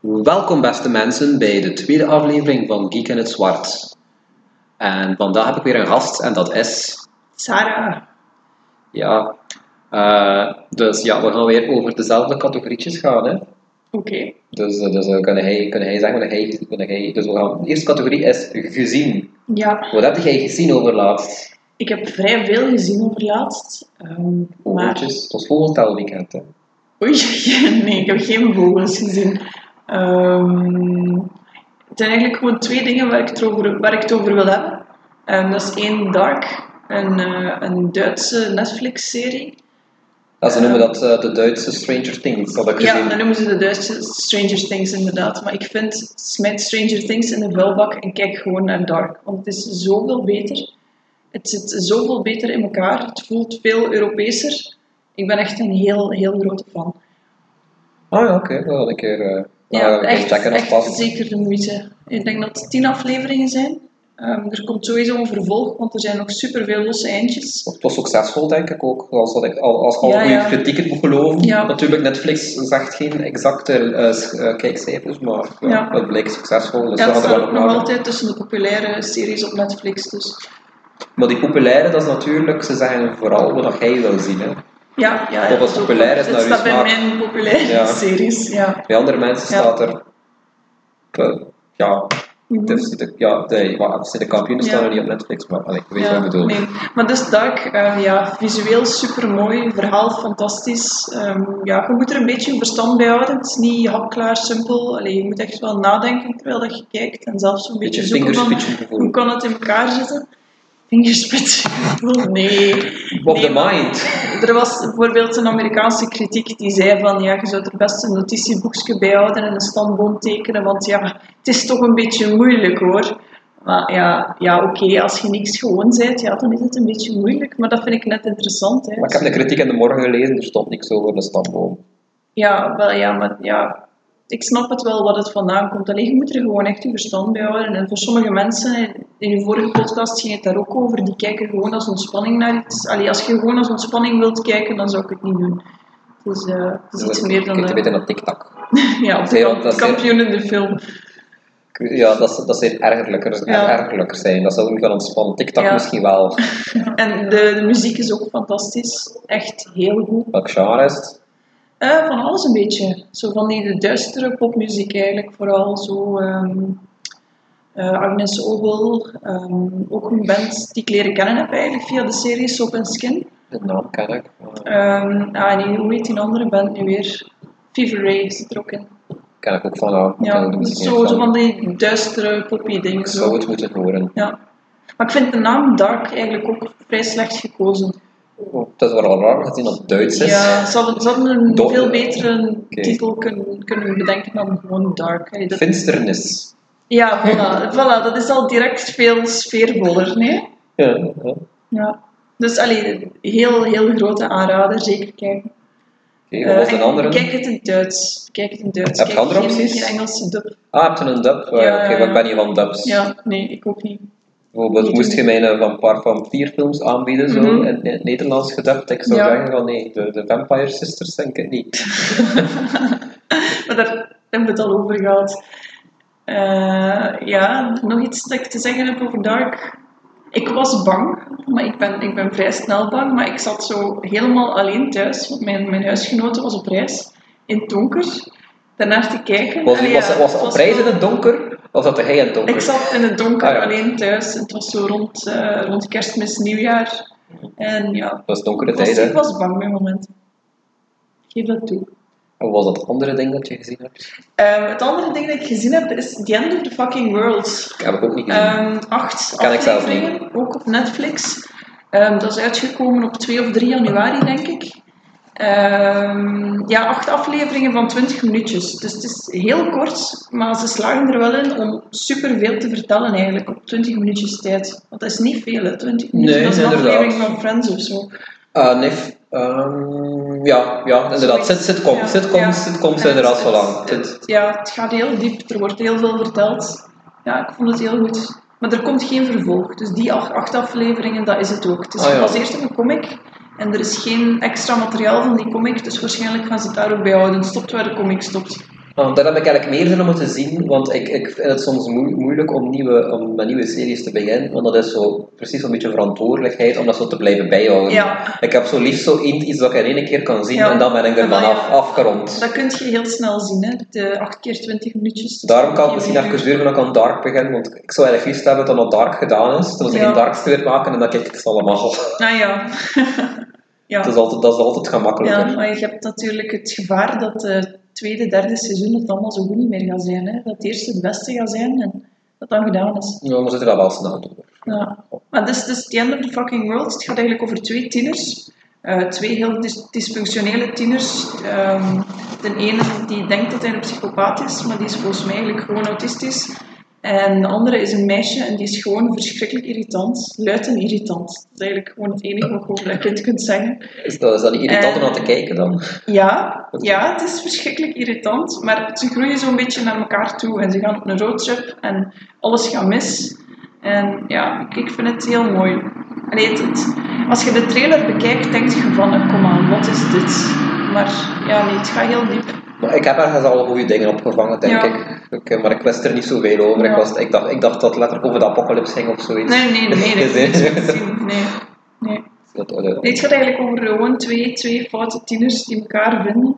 Welkom beste mensen bij de tweede aflevering van Geek in het Zwart. En vandaag heb ik weer een gast en dat is... Sarah. Ja, eh, dus ja, we gaan weer over dezelfde categorietjes gaan. Hè? Oké. Dus, eh, dus eh, kunnen, hij, kunnen hij zeggen wat hij... Kunnen hij dus we gaan, de eerste categorie is gezien. Ja, Wat heb jij gezien overlaatst? ik heb vrij veel gezien overlaatst. ehm, maar... Vogeltjes, het was vogeltelweekend. Hè? Oei, nee, ik heb geen vogels gezien. Ehm, het zijn eigenlijk gewoon twee dingen waar ik het over, waar ik het over wil hebben. Ehm, dat is één Dark, een, eh, een Duitse Netflix-serie. Ja, ze noemen dat eh, de Duitse Stranger Things, dat heb ik Ja, gezien. dan noemen ze de Duitse Stranger Things inderdaad. Maar ik vind, smijt Stranger Things in de vuilbak en kijk gewoon naar Dark. Want het is zoveel beter. Het zit zoveel beter in elkaar. Het voelt veel Europeeser. Ik ben echt een heel, heel grote fan. Oh ja, oké, dat had ik een keer... eh, Ja, nou, echt, checken of echt past. zeker de moeite. Ik denk dat het tien afleveringen zijn. Ehm, er komt sowieso een vervolg, want er zijn nog superveel losse eindjes. Het was succesvol, denk ik ook. Als, dat ik, al- als al Ja, goede ja. kritiek het moet geloven. Ja. Natuurlijk, Netflix zegt geen exacte eh, s- eh, kijkcijfers, maar ja, Ja. het bleek succesvol. Dus Ja, we het hadden staat wel ook nog naar- altijd tussen de populaire series op Netflix. Dus Maar die populaire, dat is natuurlijk, ze zeggen vooral wat jij wil zien. Hè. Ja, ja. Of als het populair is het naar uw staat bij smaak. mijn populaire Ja. series, ja. Bij andere mensen Ja. staat er. eh, ja, Mhm. het is de, ja, de, wat, het zijn de kampioenen Ja. staan er niet op Netflix, maar allee, ik weet ja, wat ik bedoel. nee. Maar dus Dark, eh, ja, visueel super mooi, verhaal fantastisch. Ehm, ja, je moet er een beetje je verstand bij houden. Het is niet hapklaar, simpel. Allee, je moet echt wel nadenken terwijl dat je kijkt en zelfs een beetje, Beetje zoeken van vingerspitsen gevoel. hoe kan het in elkaar zitten. Vingerspitsen. Oh, nee. Of Nee, the maar- mind. Er was bijvoorbeeld een Amerikaanse kritiek die zei van ja, je zou er best een notitieboekje bij houden en een standboom tekenen, want ja, het is toch een beetje moeilijk hoor. Maar ja, ja oké, als je niks gewoon bent, ja, dan is het een beetje moeilijk, maar dat vind ik net interessant. Hè. Maar ik heb de kritiek in de morgen gelezen, er stond niks over de stamboom. Ja, wel ja, maar ja, ik snap het wel wat het vandaan komt. Alleen je moet er gewoon echt je verstand bij houden. En voor sommige mensen, in je vorige podcast ging het daar ook over, die kijken gewoon als ontspanning naar iets. Allee, als je gewoon als ontspanning wilt kijken, dan zou ik het niet doen. Het is, eh, het is iets meer dan... Ik weet eh, beter naar TikTok. ja, op de Veel, kamp- dat is heel- kampioen in de film. Ja, dat, is- dat zijn ergerlijker, Ja. ergerlijker zijn. Dat zou ik wel ontspannen. TikTok Ja. misschien wel. En de, de muziek is ook fantastisch. Echt heel goed. Welk genre is het? Eh, van alles een beetje. Zo van die duistere popmuziek eigenlijk. Vooral zo ehm, eh, Agnes Obel. ehm, ook een band die ik leren kennen heb eigenlijk via de serie Soap and Skin. De naam ken ik. maar Ehm, ah nee, hoe heet die andere band nu weer? Fever Ray zit er ook in. Ken ik ook van nou, ik Ja, ken de muziek niet zo, zo van. van die duistere poppy dingen. Ik zou Zo. het moeten horen. Ja. Maar ik vind de naam Dark eigenlijk ook vrij slecht gekozen. Het is wel raar gezien dat het Duits is. Ja, ze hadden, ze hadden een Do- veel betere Oké. titel kunnen, kunnen bedenken dan gewoon Dark. Allee, dat- Finsternis. Ja, voilà, voilà, dat is al direct veel sfeervoller, nee? Ja, ja. Ja. Dus allee, heel, heel grote aanrader, zeker kijken. Oké, wat was Eh, de en andere? Kijk het in Duits. Kijk het in Duits. Heb je Kijk andere geen, opties? geen Engelse dub. Ah, heb je een dub? Eh, Ja, Oké, ja, maar ja. ik ben niet van dubs. Ja, nee, ik ook niet. Bijvoorbeeld, Niet moest doen. je mij een van paar vampierfilms aanbieden, zo, Mhm. in in het Nederlands gedubt? Ik zou Ja. zeggen van nee, de, de Vampire Sisters denk ik niet. Maar daar hebben we het al over gehad. Eh, ja, nog iets dat ik te zeggen heb over Dark. Ik was bang, maar ik ben, ik ben vrij snel bang. Maar ik zat zo helemaal alleen thuis, want mijn, mijn huisgenote was op reis in het donker. Daarnaar te kijken. Was, Allee, ja, was, was, het op reis in het donker? Of dat hij in het donker? Ik zat in het donker Ah, ja. alleen thuis. Het was zo rond, eh, rond kerstmis, nieuwjaar. En ja, Dat is donkere ik was, tijd, hè? ik was bang op een moment. Ik Geef dat toe. En was dat andere ding dat je gezien hebt? Ehm, het andere ding dat ik gezien heb is The End of the Fucking World. Ik heb ik ook niet gezien. Ehm acht Mm. Ken ik zelf afleveringen, ook op Netflix. Ehm, dat is uitgekomen op 2 of 3 januari, denk ik. Ehm, ja, acht afleveringen van 20 minuutjes. Dus het is heel kort, maar ze slagen er wel in om superveel te vertellen eigenlijk op 20 minuutjes tijd. Want dat is niet veel, hè? 20 minuten. Nee, dat is een inderdaad. aflevering van Friends of zo. Ah, nee. f- ehm, ja, ja, inderdaad. Zoiets. Sit, sitcom, Ja, sitcom, ja. sitcom En zijn er het- al zo lang. het- Sit- Ja, het gaat heel diep, er wordt heel veel verteld. Ja, ik vond het heel goed. Maar er komt geen vervolg. Dus die ach- acht afleveringen, dat is het ook. Het is Ah, ja. gebaseerd op een comic. En er is geen extra materiaal van die comic, dus waarschijnlijk gaan ze het daar ook bij houden. Het stopt waar de comic stopt. Nou, daar heb ik eigenlijk meer zin om het te zien, want ik, ik vind het soms moe- moeilijk om, nieuwe, om met nieuwe series te beginnen, want dat is zo precies een beetje verantwoordelijkheid om dat zo te blijven bijhouden. Ja. Ik heb zo liefst zo één iets dat ik in één keer kan zien Ja. en dan ben ik er En dan, vanaf ja. afgerond. Dat kun je heel snel zien, hè. De 8 keer 20 minuutjes. Daarom kan het misschien even duren voordat ik aan Dark begin, want ik zou eigenlijk liefst hebben dat dat Dark gedaan is, dat ze Ja. geen Dark weer maken en dan kijk ik het allemaal. Ah ja. ja. Dat, is altijd, dat is altijd gemakkelijker. Ja, maar je hebt natuurlijk het gevaar dat het tweede, derde seizoen het allemaal zo goed niet meer gaat zijn. Hè? Dat het eerste het beste gaat zijn en dat dan gedaan is. Ja, maar we zitten daar wel snel door. Ja. Maar dus, dus The End of the Fucking World, het gaat eigenlijk over twee tieners. Eh, twee heel dis- dysfunctionele tieners. Ehm, de ene die denkt dat hij een psychopaat is, maar die is volgens mij eigenlijk gewoon autistisch. En de andere is een meisje en die is gewoon verschrikkelijk irritant. Luid en irritant. Dat is eigenlijk gewoon het enige wat je over dat kind kunt zeggen. Is dat, is dat niet irritant om Eh. aan te kijken dan? Ja, ja, het is verschrikkelijk irritant, maar ze groeien zo'n beetje naar elkaar toe en ze gaan op een roadtrip en alles gaat mis. En ja, ik, ik vind het heel mooi. Allee, het- het- als je de trailer bekijkt, denk je van, eh, kom aan, wat is dit? Maar ja, nee, het gaat heel diep. Maar ik heb ergens al goede dingen opgevangen, denk Ja. ik. ik. eh, Maar ik wist er niet zoveel over. Ik, Ja. was, ik, dacht, ik dacht dat het letterlijk over de apocalypse ging of zoiets. Nee, nee, nee, nee, dat heb ik Gezien. niet gezien. Nee, nee. Dat, eh, Nee, het gaat eigenlijk over gewoon twee, twee foute tieners die elkaar vinden.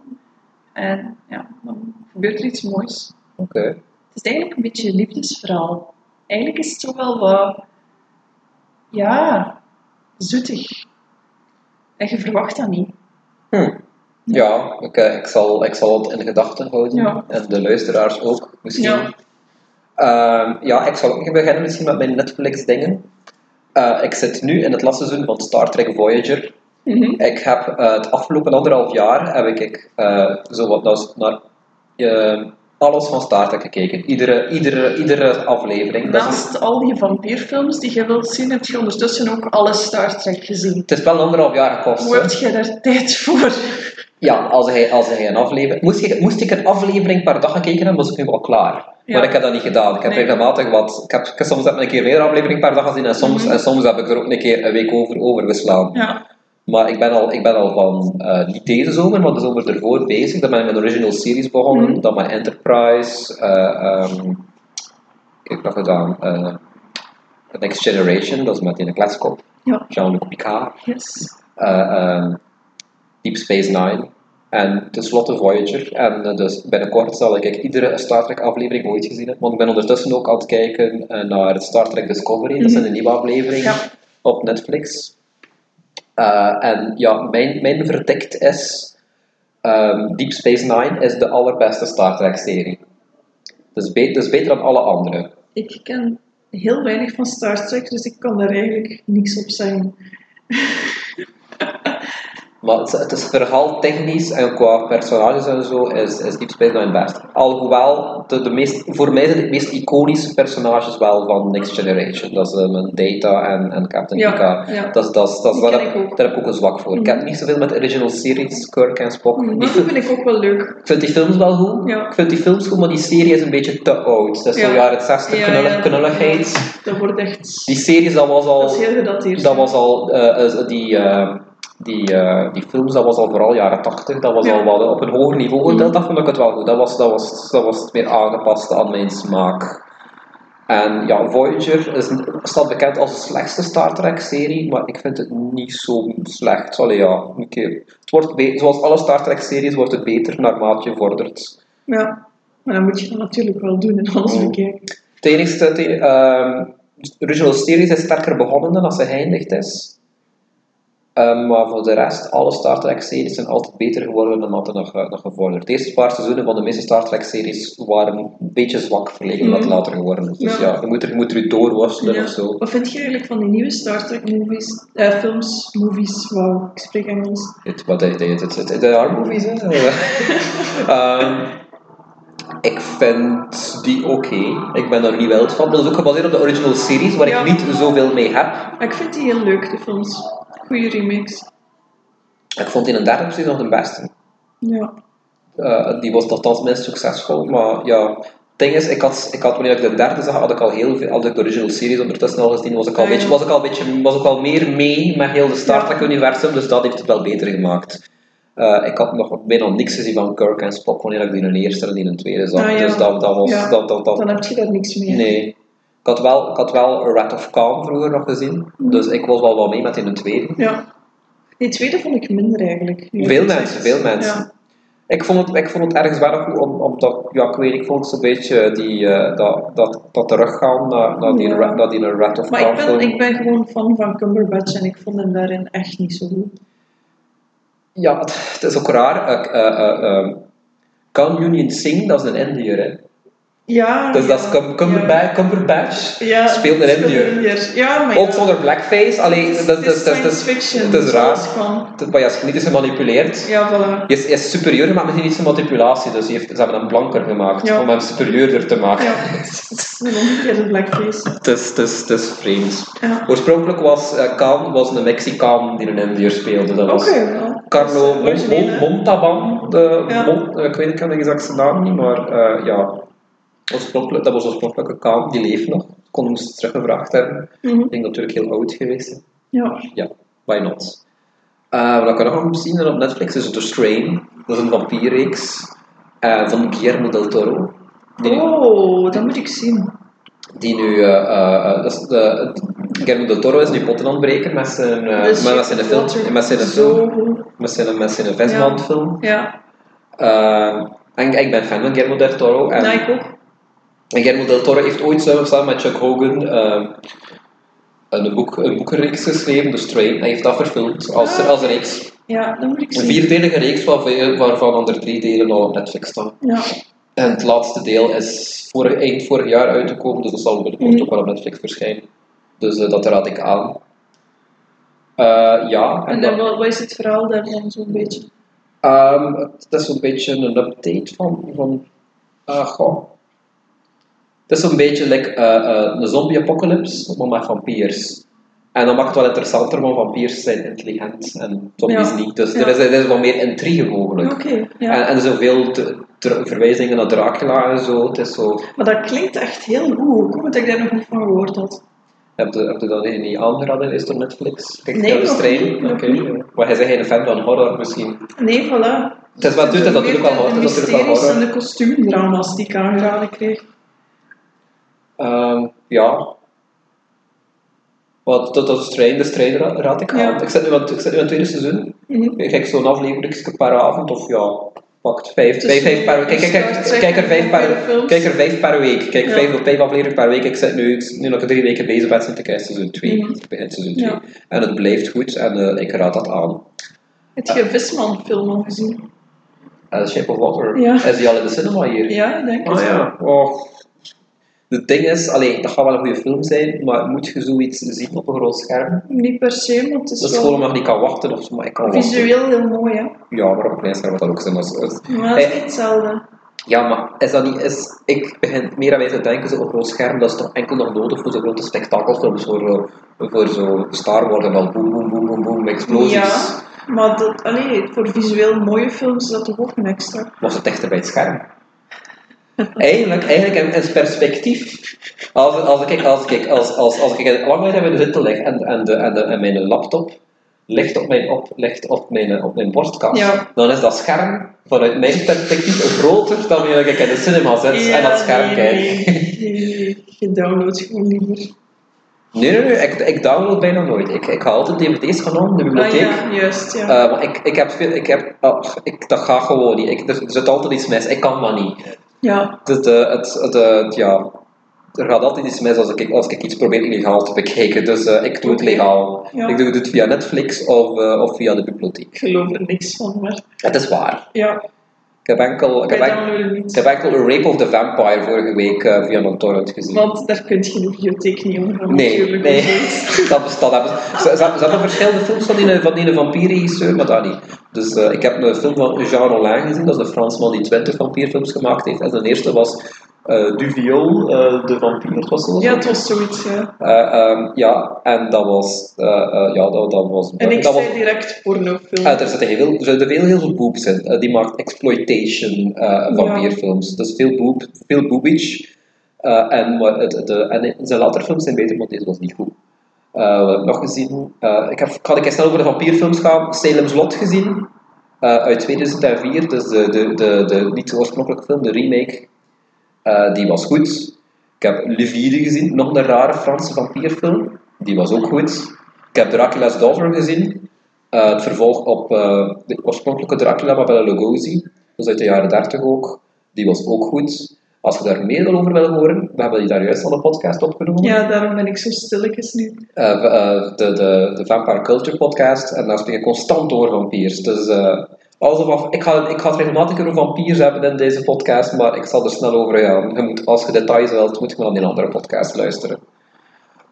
En ja, dan gebeurt er iets moois. Oké. Het is eigenlijk een beetje een liefdesverhaal. Eigenlijk is het toch wel wat, ja, zoetig. En je verwacht dat niet. Hm. Ja, ik, eh, ik, zal, ik zal het in gedachten houden. Ja. En de luisteraars ook, misschien. Ja. Ja, ja ik zal ook beginnen misschien met mijn Netflix-dingen. Eh, ik zit nu in het laatste seizoen van Star Trek Voyager. Ik heb eh, het afgelopen anderhalf jaar heb ik eh zo wat naar, naar eh, alles van Star Trek gekeken. Iedere, iedere, iedere aflevering. Dat is, Naast al die vampierfilms die je wilt zien, heb je ondertussen ook alle Star Trek gezien. het is wel een anderhalf jaar gekost. Hoe hè. heb jij daar tijd voor? Ja, als hij, als hij een aflevering... Moest ik, moest ik een aflevering per dag gekeken hebben, was ik nu wel klaar. Ja. Maar ik heb dat niet gedaan. Ik heb Nee. regelmatig wat... Ik heb, ik- soms heb ik een keer meer aflevering per dag gezien en soms, Mhm. en soms heb ik er ook een keer een week over overgeslagen. Ja, Maar ik ben al, ik ben al van, eh, niet deze zomer, maar de zomer ervoor bezig. Dan ben ik met de original series begonnen, Mhm. dan met Enterprise. eh ehm, wat heb ik nog gedaan? Eh, The Next Generation, dat is met in de kletskop. ja, Jean-Luc Picard. yes. eh, eh, Deep Space Nine. En tenslotte Voyager. En eh, dus binnenkort zal ik iedere Star Trek aflevering ooit gezien hebben. Want ik ben ondertussen ook aan het kijken eh, naar Star Trek Discovery. Dat zijn de nieuwe afleveringen Ja. op Netflix. Eh, en ja, mijn, mijn verdict is... ehm, Deep Space Nine is de allerbeste Star Trek serie. Dus, be- dus beter dan alle anderen. Ik ken heel weinig van Star Trek, dus ik kan daar eigenlijk niks op zeggen. Maar het, het is verhaal technisch en qua personages en zo is, is Deep Space Nine best. Alhoewel, de, de meest, voor mij zijn de meest iconische personages wel van Next Generation. Dat is eh, mijn Data en, en Captain Ja, Picard. ja. Dat, is- dat, is- dat, is- Die daar, ken ik ook. Mhm. daar heb ik ook een zwak voor. Ik heb niet zoveel met de original series, Kirk en Spock. Oh, Maar Die dat fil- vind ik ook wel leuk. ik vind die films wel goed. Mhm. Ja. Ik vind die films goed, maar die serie is een beetje te oud. Dat is Ja. zo jaren 60, Ja, knullig, ja. knulligheid. Dat wordt echt... Die series, dat was al... Dat is heel gedateerd. Dat was al, eh, eh, die, eh, die, eh, die films, dat was al vooral jaren 80, dat was Ja. al wel op een hoger niveau. Mhm. Dat, dat vond ik het wel goed. Dat was, dat was, dat was meer aangepast aan mijn smaak. En ja, Voyager is, staat bekend als de slechtste Star Trek-serie, maar ik vind het niet zo slecht. Allee, ja, een keer. Het wordt be- zoals alle Star Trek-series wordt het beter naarmate je vordert. Ja, maar dan moet je dat natuurlijk wel doen en alles Mm. bekijken. Het enigste, het enige, ehm, de original series is sterker begonnen dan als ze geëindigd is. Ehm, maar voor de rest, alle Star Trek-series zijn altijd beter geworden dan wat er nog, eh, nog gevorderd. De eerste paar seizoenen van de meeste Star Trek-series waren een beetje zwak vergeleken met wat Mm. later geworden is. Dus Ja. ja, je moet er, je moet er je doorworstelen Ja. of zo. Wat vind je eigenlijk van die nieuwe Star Trek movies, eh, films, movies, wauw, ik spreek Engels. Het, wat hij deed, het, het, de horror movies, hè? Ehm, ik vind die oké. Ik ben er niet wild van. Dat is ook gebaseerd op de original series, waar Ja. ik niet zoveel mee heb. Maar ik vind die heel leuk, de films. Goeie remakes. Ik vond die in een derde precies nog de beste. Ja. Eh, die was nogthans minst succesvol, maar ja. Het ding is, ik had, ik had, wanneer ik de derde zag, had ik al heel veel, had ik de original series ondertussen al gezien, was ik al, Ja, ja. beetje, was ik al, beetje, was ik al meer mee met heel de Star Ja. Trek-universum, dus dat heeft het wel beter gemaakt. Eh, ik had nog bijna niks gezien van Kirk en Spock wanneer ik die in een eerste en die in een tweede zag. Ah, ja. Dus dat, dat was... Ja. Dat, dat, dat, Dan heb je daar niks meer. Nee. Ik had wel, ik had wel Rat of Calm vroeger nog gezien. Mhm. Dus ik was wel wel mee met in de tweede. Ja. Die tweede vond ik minder eigenlijk. Nu je Veel het mensen, zegt. veel mensen. Ja. Ik vond, het, ik vond het ergens wel goed, om- omdat, ja, ik weet, ik vond het een beetje die, eh, dat, dat, dat teruggaan naar, naar, die, Ja. Ra- naar die Rat of Maar ik Calm ben, film. ik ben gewoon fan van Cumberbatch en ik vond hem daarin echt niet zo goed. Ja, het, het is ook raar. eh eh, eh, eh, Can Union Singh, dat is een Indiër. hè. Ja. Dus dat is ja, Cum- Cumberbatch, Cumberbatch Ja, speelt een Indiër. Indiër. Ja, maar Ook ja, zonder blackface, alleen dat, dat, het is dat, dat, science fiction. het is dus raar. alles Van, dat- maar ja, als je niet is gemanipuleerd, ja, voilà. je is, je is superieur, maar misschien niet zijn manipulatie. Dus die heeft, ze hebben hem blanker gemaakt Ja. om hem superieurder te maken. Ja, het is een omgekeerde blackface. Het, is, het, is, het is vreemd. Ja. Oorspronkelijk was eh Khan was een Mexicaan die een Indiër speelde. Dat Oké, was wel. Carlo eh, Dat is Mon- origineel, Mon- hè? Montalban. De, Ja. Mon- eh, ik weet ik kan de exacte naam niet, maar eh, ja. Oorspronkelijk, dat was oorspronkelijke Khan, die leeft nog. Kon hem eens teruggevraagd hebben. Mhm. Ik denk natuurlijk heel oud geweest. is. Ja. Ja, why not? Eh, wat ik nog heb zien op Netflix is The Strain. Dat is een vampierreeks eh, van Guillermo del Toro. Die nu- Oh, dat moet ik zien. die nu, eh, eh, eh, dat is de, Guillermo del Toro is nu potten aan het breken met zijn, eh, Dus met, met je zijn wilt film, er met zijn film, zo goed- met zijn, met zijn Vesmand film. Ja, Eh, en ik ben fan van Guillermo del Toro. En, ja ik ook. en Guillermo del Toro heeft ooit samen samen met Chuck Hogan eh, een, boek, een boekenreeks geschreven, The Strain. Hij heeft dat verfilmd als, Ah. als een reeks. Ja, dat moet ik Een zien. vierdelige reeks waarvan, waarvan er drie delen al op Netflix staan. Ja. En het laatste deel is vorig, eind vorig jaar uitgekomen, dus dat zal binnenkort Mhm. ook wel op Netflix verschijnen. Dus eh, dat raad ik aan. Eh, ja, en En dan, dan, wat wat is het verhaal daarvan zo'n beetje? ehm, het is een beetje een update van. van ah, goh. Het is een beetje like, eh, eh, een zombie-apocalypse, maar met vampiers. En dat maakt het wel interessanter, want vampiers zijn intelligent en zombies Ja, niet. Dus ja. er, is, er is wat meer intrigue Oké, mogelijk. ja. En, en zoveel te- ter- verwijzingen naar Dracula en zo. Het is zo Maar dat klinkt echt heel goed. Hoe komt dat ik daar nog niet van gehoord had? Heb je, heb je dat niet aangeraden? Is het op Netflix? Kijk, Nee, naar de nog stream. niet, nog Oké. niet. Maar jij bent geen fan van horror misschien. Nee, voilà. Het is wat doet het natuurlijk wel horror. De Het is natuurlijk wel mysteries en horror. de kostuumdrama's die ik aangeraden kreeg. Ehm, ja. Wat, dat dat is Strain, de Strain ra- raad ik Ja. aan. Ik zit nu aan het ik zit nu aan het tweede seizoen. Mhm. Ik kijk zo'n aflevering per avond of ja, pakt vijf, Dus vijf, vijf je per week. Kijk, kijk, kijk, start kijk er vijf per, bij de films. kijk er vijf per week. Ik Kijk Ja. vijf of vijf afleveringen per week. Ik zit nu, ik zit nu nog drie weken bezig met Sinterklaas seizoen 2. Mhm. Ik begin seizoen 2. Ja. En het blijft goed en eh, ik raad dat aan. Heb je Visman-film al gezien? Uh, Shape of Water. Ja. Is die al in de cinema hier? Ja, ik denk ik. Oh ja. Oh. Het ding is, allee, dat gaat wel een goede film zijn, maar moet je zoiets zien op een groot scherm? Niet per se, maar het is Dat is wel gewoon omdat je niet kan wachten of zo, maar ik kan wachten. visueel heel mooi, hè. Ja, maar op een klein scherm wat dat ook zijn. Maar zo is- Maar het is Eh, niet hetzelfde. ja, maar is dat niet, is, ik begin meer aan mij te denken, zo op een groot scherm, dat is toch enkel nog nodig voor zo'n grote spektakelfilms, voor, eh, voor zo'n Star Wars en dan boem, boem, boem, boem, boem, explosies. Ja, maar dat, allee, voor visueel mooie films is dat toch ook een extra. was het dichter bij het scherm. Eigenlijk, eigenlijk in, in perspectief. Als, als ik, als ik, als, als, als ik in het langheid heb in de zitten leg en, en, de, en, de, en mijn laptop ligt op mijn, op, ligt op mijn, op mijn borstkast, Ja. dan is dat scherm vanuit mijn perspectief groter dan wanneer ik in de cinema zit en dat scherm nee, kijk. nee, nee. Je downloadt gewoon liever. Nee, nee, nee, ik, ik download bijna nooit. Ik, ik haal altijd dvd's genomen, de Ah bibliotheek. ja, juist, ja. Eh, maar ik, ik heb veel, ik heb, ach, ik, dat gaat gewoon niet. Ik, er zit altijd iets mis, ik kan dat niet. ja. Het, eh, het, het, eh, het, ja, er gaat altijd iets mis als ik, als ik iets probeer illegaal te bekijken. Dus eh, ik doe het Oké. legaal. Ja. Ik doe het via Netflix of, eh, of via de bibliotheek. Ik geloof er niks van, maar Het is waar. ja, Ik heb enkel, ik wij heb enkel, downloaden ik niet. heb enkel A Rape of the Vampire vorige week eh, via een torrent gezien. Want daar kun je de bibliotheek niet omgaan, nee, natuurlijk. nee. want het is- dat bestaat. Dat bestaat. Ze, ze- ze hebben verschillende films van die, eh, van die vampierregisseur, maar dat niet. Dus eh, ik heb een film van Jean Rollin gezien, dat is een Fransman die 20 vampierfilms gemaakt heeft. En zijn eerste was eh Du Viol, eh, de vampier. Het was zo'n Ja, het was zoiets, ja. Eh, ehm, ja, en dat was. eh, eh, ja, dat, dat was. En ik dat was zei direct pornofilm. eh, er zitten heel, er zitten veel, heel veel boobs in. Eh, die maakt exploitation eh vampierfilms. Dus veel boob, veel boobage. Eh, en, maar het, het, eh, en zijn later films zijn beter, want deze was niet goed. Eh, wat heb ik nog gezien? Eh, ik heb, ik ga ik snel over de vampierfilms gaan. Salem's Lot gezien. Eh, eh, uit 2004, dus de, de, de, de, niet de oorspronkelijke film, de remake, eh, die was goed. Ik heb Le Vide gezien, nog een rare Franse vampierfilm, die was ook goed. Ik heb Dracula's Daughter gezien, eh, het vervolg op eh, de oorspronkelijke Dracula, maar Bela Lugosi, dus uit de jaren 30 ook, die was ook goed. Als je daar meer over wil horen, we hebben die daar juist al een podcast opgenomen. Ja, daarom ben ik zo stilletjes nu. Eh, eh, de, de, de Vampire Culture podcast. En daar spreek ik constant over vampiers. Dus eh, alles over, ik, ga, ik ga het regelmatig over vampiers hebben in deze podcast, maar ik zal er snel over gaan. Je moet, als je details wilt, moet je maar naar die andere podcast luisteren.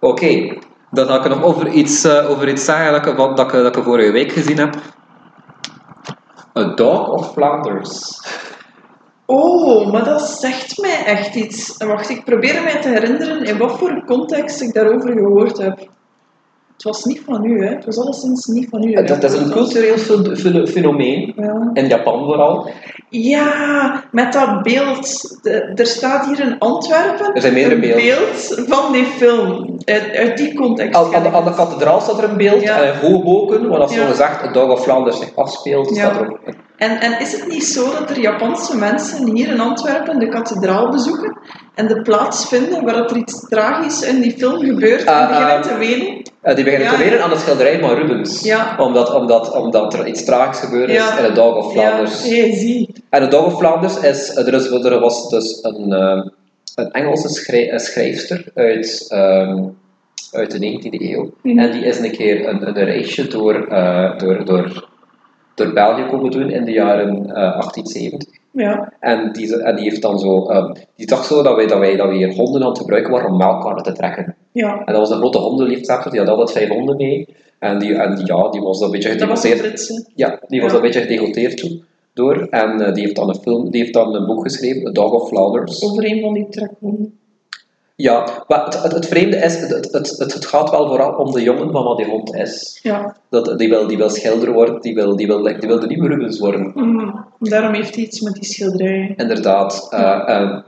Oké, dan ga ik nog over iets, eh, over iets zeggen dat ik, wat, dat, ik, dat ik vorige week gezien heb. A Dog of Flanders. Oh, maar dat zegt mij echt iets. En Wacht, ik probeer mij te herinneren in wat voor context ik daarover gehoord heb. Het was niet van u, hè? Het was alleszins niet van u. hè? Dat, dat is een cultureel fe- fe- fenomeen, Ja. in Japan vooral. Ja, met dat beeld. De- er staat hier in Antwerpen Er zijn meerdere een beelden. beeld van die film. Uit, uit die context. Aan, aan, de, ken ik aan de kathedraal staat er een beeld, Ja. en Hoboken, waar dat Ja. zo gezegd het Dog of Flanders zich afspeelt, Ja. staat er ook. een. En, en is het niet zo dat er Japanse mensen hier in Antwerpen de kathedraal bezoeken en de plaats vinden waar dat er iets tragisch in die film gebeurt en Ah, beginnen ah. te wenen? Eh, die beginnen Ja, te leren ja. aan het schilderij van Rubens, Ja. omdat, omdat, omdat er iets tragisch gebeurd is Ja. in het Dog of Flanders. Ja, je ziet. En het Dog of Flanders is, eh, er, is, er was dus een, eh, een Engelse schrij- een schrijfster uit, ehm, uit de 19e eeuw. Mhm. En die is een keer een, een reisje door, eh, door, door, door België komen doen in de jaren eh 1870. Ja. En die, en die heeft dan zo, ehm, die dacht zo dat wij, dat wij, dat wij hier honden aan het gebruiken waren om melkkarren te trekken. ja. En dat was een grote hondenliefhebber, die had altijd vijf honden mee. En die, en die, ja, die was een beetje Dat was een gedegoteerd. Britse. Ja, die was Ja. een beetje gedegoteerd toen. Door. En eh, die, heeft dan een film, die heeft dan een boek geschreven, A Dog of Flanders. Over een van die trekhonden. Ja, maar het, het, het vreemde is, het, het, het, het gaat wel vooral om de jongen van wat die hond is. Ja. Dat, die, wil, die wil schilder worden, die wil, die wil, die wil de nieuwe Rubens worden. Mm. Daarom heeft hij iets met die schilderijen. Inderdaad. eh, eh,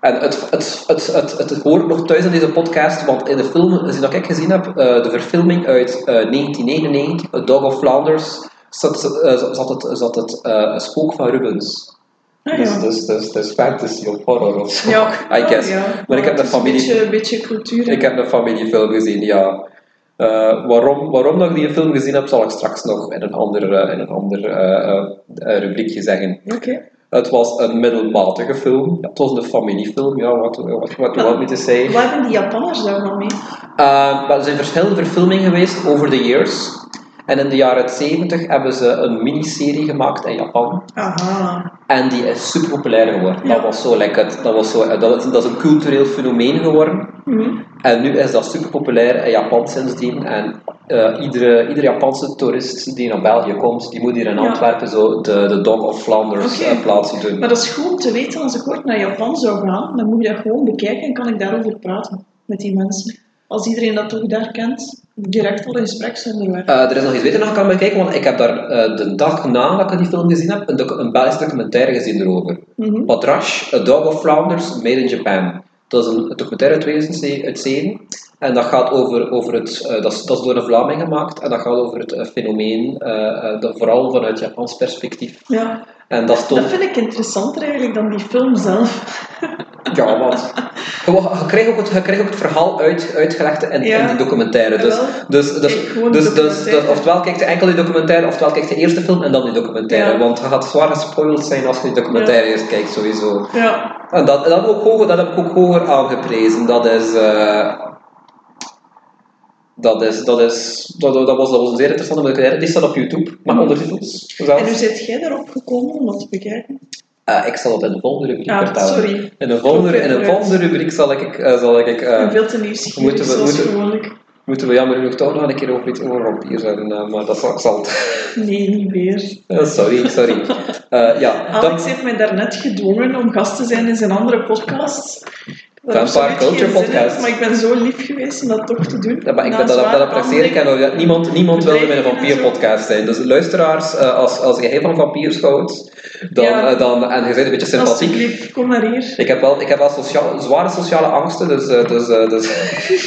en het, het, het, het, het, hoort nog thuis in deze podcast, want in de film is die dat ik gezien heb, eh, de verfilming uit eh, 1999, A Dog of Flanders, zat, eh, zat het, zat het eh, spook van Rubens. Ah, Dus, ja. dus, dus, dus fantasy of horror of zo. Ja. Oh, Ah, I guess. Ja. Maar ik heb Het de is een familie... beetje, beetje cultuur. Ik heb een familiefilm gezien, ja. Eh, waarom, waarom dat ik die film gezien heb, zal ik straks nog in een ander, eh, in een ander eh, eh, eh, rubriekje zeggen. Oké. Het was een middelmatige film. Ja, het was een familiefilm, ja, wat wat wat wat moet je zeggen. Waar hebben die Japanners daar dan mee? Eh, maar er zijn verschillende verfilmingen geweest over the years. En in de jaren 70 hebben ze een miniserie gemaakt in Japan. Aha. En die is super populair geworden. Ja. Dat was zo lekker. Dat, was zo, eh, dat, is- dat is een cultureel fenomeen geworden. Mhm. En nu is dat super populair in Japan sindsdien. En eh, iedere, iedere Japanse toerist die naar België komt, die moet hier in Ja. Antwerpen zo de, de Dog of Flanders Oké. eh, plaatsen doen. Maar dat is goed om te weten als ik ooit naar Japan zou gaan, dan moet ik dat gewoon bekijken en kan ik daarover praten met die mensen. Als iedereen dat toch daar kent, direct al een gespreksonderwerp. Eh, er is nog iets beter nog kan bekijken, want ik heb daar eh, de dag nadat ik die film gezien heb, een, docu- een Belgisch documentaire gezien erover. Mhm. Patrash, A Dog of Flanders, Made in Japan. Dat is een documentaire uit 2007. En dat gaat over, over het, eh, dat, is, dat is door een Vlaming gemaakt, en dat gaat over het eh, fenomeen, eh, eh, dat vooral vanuit Japans perspectief. Ja, En dat stond... dat vind ik interessanter eigenlijk dan die film zelf. Ja, wat? Je, wa- je kreeg ook het, je kreeg ook het verhaal uit, uitgelegd in, Ja. in die documentaire. Dus, Jawel. dus, dus, Kijk gewoon de dus, dus, documentaire. dus oftewel kijkt je enkel die documentaire, oftewel kijkt je eerst de film en dan die documentaire. Ja. Want je gaat zwaar gespoild zijn als je die documentaire eerst kijkt, sowieso. Ja, En dat, dat, heb, ik ook hoger, dat heb ik ook hoger aangeprezen. Dat is... eh, dat, is, dat, is dat, dat, was, dat was een zeer interessante documentaire. Die staat op YouTube, maar ondertitels. zelfs. en dus- hoe zit jij daarop gekomen om dat te bekijken? Eh, ik zal het in de volgende rubriek Ah, vertellen. sorry. In de volgende, in de Vooruit. volgende rubriek zal ik... eh, zal ik Ik eh, ben veel te moeten nieuwsgierig, we- zoals moeten- gewoonlijk. moeten we jammer genoeg toch nog een keer over iets over vampiers hebben, eh, maar dat zal ik zal. Nee, niet weer. Eh, sorry, sorry. Eh, ja, Alex dat, heeft mij daarnet gedwongen om gast te zijn in zijn andere podcast. Ik Dat heeft Vampire absoluut geen Culture zin in, Podcast. Maar ik ben zo lief geweest om dat Oh, toch te doen. Ja, maar ik Na ben dat, zware dat apprecieer ik en handelingen. dat- niemand, niemand wilde met een Bedreigingen en zo. vampierpodcast zijn. Dus luisteraars, eh, als, als je heel van vampiers houdt dan, Ja. eh, dan, en je bent een beetje sympathiek. Alsjeblieft, kom naar hier. Ik heb wel, ik heb wel sociaal, zware sociale angsten, dus, eh, dus, eh, dus,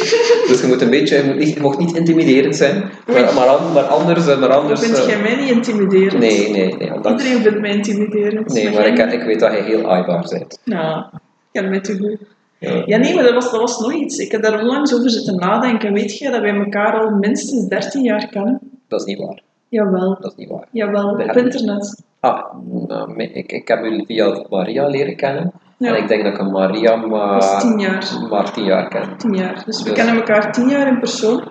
dus je moet een beetje, je, moet niet, je mocht niet intimiderend zijn. Maar, maar, an- maar anders, eh, maar Dan anders... vind eh, jij mij niet intimiderend. nee, nee, nee. ondanks- Iedereen vindt mij intimiderend. nee, maar ik, jij- ik weet dat je heel aaibaar bent. Nou, ik ken mij te goed. Ja. Ja, nee, maar dat was, dat was nog iets. Ik heb daar onlangs over zitten nadenken. Weet je dat wij elkaar al minstens 13 jaar kennen? Dat is niet waar. Jawel, Dat is niet waar. jawel, Ja. op internet. Ah, nou, ik, ik heb u via Maria leren kennen. Ja. En ik denk dat ik Maria maar... Dat is 10 jaar. maar tien jaar ken. 10 jaar. Dus we Dus- kennen elkaar 10 jaar in persoon.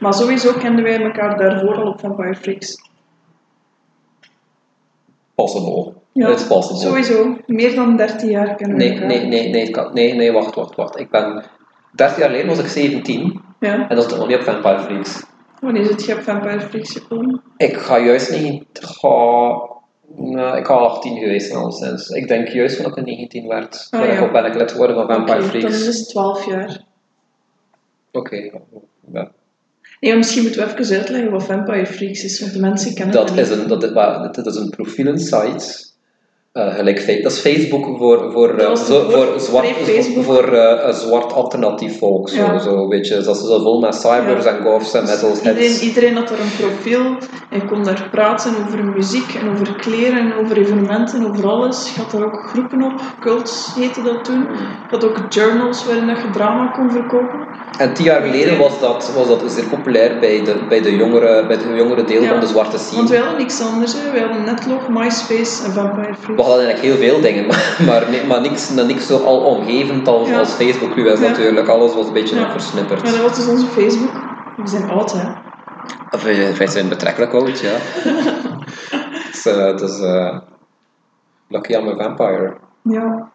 Maar sowieso kenden wij elkaar daarvoor al op Vampire Freaks. Possible. Ja, It's possible. Dus Sowieso, meer dan 13 jaar kennen we Nee, elkaar. nee, nee, nee, ik kan- nee, nee, wacht, wacht, wacht. Ik ben... 13 jaar geleden was ik 17 Ja. en dat is nog niet op Vampire Freaks. Wanneer is het je op Vampire Freaks gekomen? Ik ga juist niet... ik Ga... nou, ik ga 18 geweest zijn alleszins. Ik denk juist vanaf ik 19 werd, Ah, ben, ik ja. ook, ben ik lid geworden van Vampire Oké, Dan Freaks. is het 12 jaar. Oké, ja. ja. Nee, maar misschien moeten we even uitleggen wat Vampire Freaks is, want de mensen kennen Dat dat is niet. een, dat is, maar, dat is een profielensite. Eh, gelijk, fe- dat is Facebook voor, voor, eh, Dat was zo- voor- voor, zwart, voor Facebook. voor eh, een zwart alternatief volk. Zo, Ja. zo, weet je. Dat is zo vol met cybers Ja. en goths en metal Dus Iedereen, heads. iedereen had er een profiel en kon daar praten over muziek en over kleren en over evenementen, over alles. Je had daar ook groepen op, cults heette dat toen. Je had ook journals waarin dat je drama kon verkopen. En tien jaar geleden was dat, was dat zeer populair bij, de, bij, de jongere, bij het jongere deel Ja. van de zwarte Want wij scene. hadden niks anders. Hè. Wij hadden Netlog, MySpace en Vampire Freaks. We hadden eigenlijk heel veel dingen, maar, maar, ni- maar niks, maar niks zo alomgevend als, Ja. als Facebook nu is Ja. natuurlijk. Alles was een beetje Ja. versnipperd. Maar dat was dus onze Facebook. We zijn oud, hè. Wij, wij zijn betrekkelijk oud, ja. dus, eh, het is, eh, Lucky I'm a Vampire. Ja.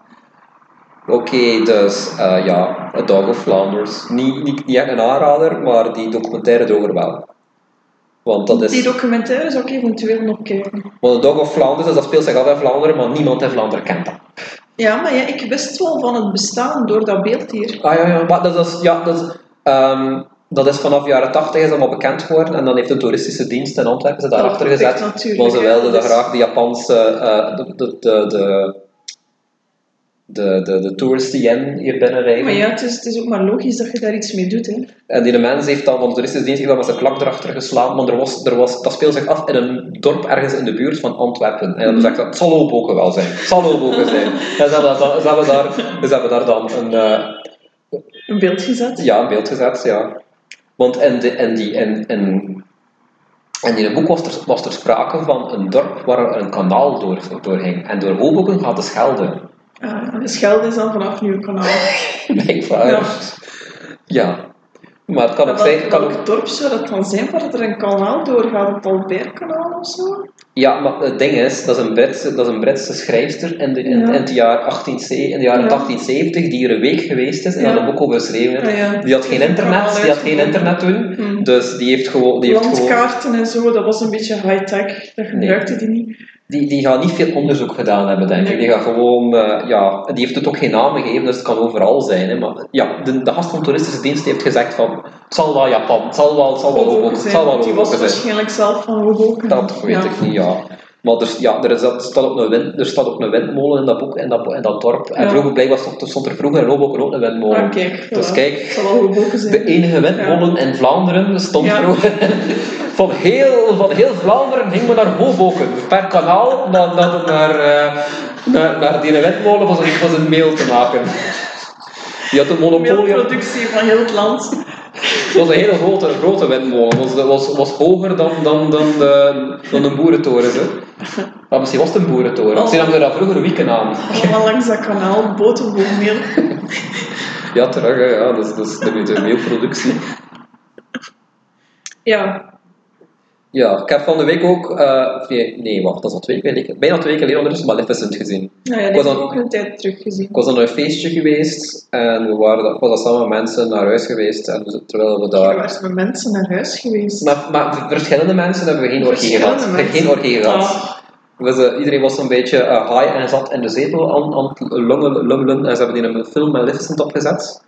Oké, dus eh, ja, A Dog of Flanders. Niet, niet, niet echt een aanrader, maar die documentaire erover wel. Want dat Die is... documentaire zou ik eventueel nog kijken. Want A Dog of Flanders, dus dat speelt zich af in Vlaanderen, maar niemand in Vlaanderen kent dat. Ja, maar ja, ik wist wel van het bestaan door dat beeld hier. Ah ja, ja, maar dat is, ja, dat is, ehm, dat is vanaf jaren 80 is dat maar bekend geworden en dan heeft de toeristische dienst in Antwerpen ze daarachter Dat is gezet. natuurlijk, Want ze hè, Dus- wilden dat dat is- graag de Japanse, eh, de, de, de, de, de, de, de toeristen yen hier binnenrijden. Maar ja, het is, het is ook maar logisch dat je daar iets mee doet, hè. En die mens heeft dan van de toeristische dienst heeft dan met zijn klak erachter geslaan, want er was, er was, dat speelde zich af in een dorp ergens in de buurt van Antwerpen. En Mhm. dan zegt dat, het zal Hoboken wel zijn, het zal Hoboken zijn. En ze hebben, daar- ze hebben, daar, ze hebben daar dan een... eh, Een beeld gezet. Ja, in beeld gezet, ja. Want in, de, in, die, in, in, in die boek was er, was er sprake van een dorp waar er een kanaal door, doorhing. En door Hoboken gaat de Schelde. Ah, en de Schelde is dan vanaf nu een kanaal. Blijkbaar. Ja. Ah, Ja. Maar het kan ook Maar zijn... het Kan welk ook, dorp zou dat dan zijn waar er een kanaal doorgaat? Het Albertkanaal of zo? ja, maar het ding is, dat is een Britse, dat is een Britse schrijfster in, de, in, Ja. in het jaar 18, ze- in de jaren Ja. 1870, die hier een week geweest is en Ja. daar een boek over geschreven heeft. Ah, ja. Die had geen Die heeft een internet, kanaal die had geen uitgevonden. internet toen. Hmm. Dus die heeft gewoon... Die heeft gewoon Landkaarten en zo, dat was een beetje high-tech. Dat gebruikte die niet. Die, die gaat niet veel onderzoek gedaan hebben, denk Nee. ik. Die gaat gewoon, eh, ja, die heeft het ook geen naam gegeven, dus het kan overal zijn. Hè. Maar ja, de, de gast van de toeristische dienst heeft gezegd van, het zal wel Japan, het zal wel, het zal wel Hoboken, het zijn, oh, zal wel want die was Hoboken zijn. waarschijnlijk zelf van Hoboken. Dat weet Ja. ik niet, ja. Maar er, ja, er, is dat, staat op een wind, er staat ook een windmolen in dat boek, in dat, in dat dorp. En Ja. vroeger, blijkbaar stond, er- stond er vroeger in Hoboken ook een windmolen. Ah, kijk, Dus voilà. Het kijk, zal wel Hoboken zijn. de enige windmolen in Vlaanderen stond Ja. vroeger. Van heel, van heel Vlaanderen gingen we naar Hoboken. Per kanaal naar, naar, naar, eh, naar, naar die windmolen was een, was een mail te maken. Die had een monopolie. op- Mailproductie van heel het land. Het was een hele grote, grote windmolen. Was, was, was hoger dan, dan, dan, de, dan een boerentoren. Hè. Maar misschien was het een Oh. boerentoren. Misschien hadden we daar vroeger wieken aan. Allemaal langs dat kanaal, boten voor mail. Ja, terug. hè. Ja, dat is, dat is de, de mailproductie. Ja, Ja, ik heb van de week ook... eh, of nee, nee, wacht, dat is al twee weken geleden. Bijna twee weken geleden ondertussen Maleficent gezien. nou ja, Ik die was heb ik aan- ook een tijd teruggezien. Ik was aan een feestje geweest en we waren dat, was dat samen met mensen naar huis geweest. En we- terwijl we Er daar... waren met mensen naar huis geweest. Maar, maar v- verschillende mensen hebben we geen orgie Verschillende gehad. mensen. Geen orgie gehad. Ah, Was, eh, iedereen was zo'n beetje eh, high en zat in de zetel aan, aan het lungelen, lungelen en ze hebben hier een film Maleficent opgezet.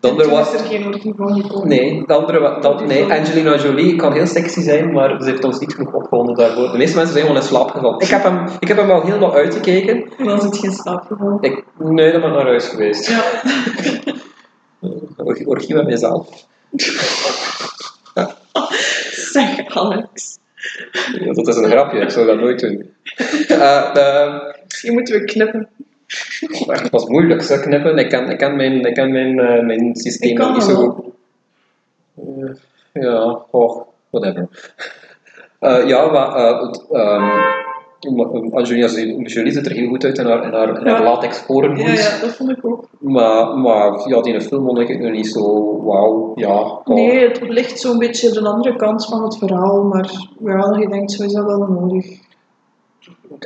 De Toen andere was... is er geen orgie van gekomen. Nee, de andere wa- dat, nee, Angelina Jolie kan heel sexy zijn, maar ze heeft ons niet genoeg opgewonden daarvoor. De meeste mensen zijn gewoon in slaap gevallen. Ik heb hem, ik heb hem al helemaal uitgekeken. En dan zit geen slaap gevallen. Ik, nee, dan ben ik naar huis geweest. Ja. Orgie- Orgie met mezelf. zeg Alex. Ja, Dat is een grapje, ik zou dat nooit doen. Eh, de- Misschien moeten we knippen. Maar het was moeilijk, zo knippen. Ik ken, ik ken, mijn, ik ken mijn, eh, mijn systeem Ik kan nog niet zo dat wel. goed. Eh, ja, oh, whatever. Eh, ja, maar eh, het, ehm, maar, eh, Angelina Jolie- Jolie ziet er heel goed uit in haar, in haar, in haar Ja. latex Ja, korenhoed. ja, dat vond ik ook. Maar, maar ja, die film vond ik nog niet zo wauw. Ja, oh. Nee, het ligt zo'n beetje de andere kant van het verhaal, maar ja, je denkt sowieso wel nodig.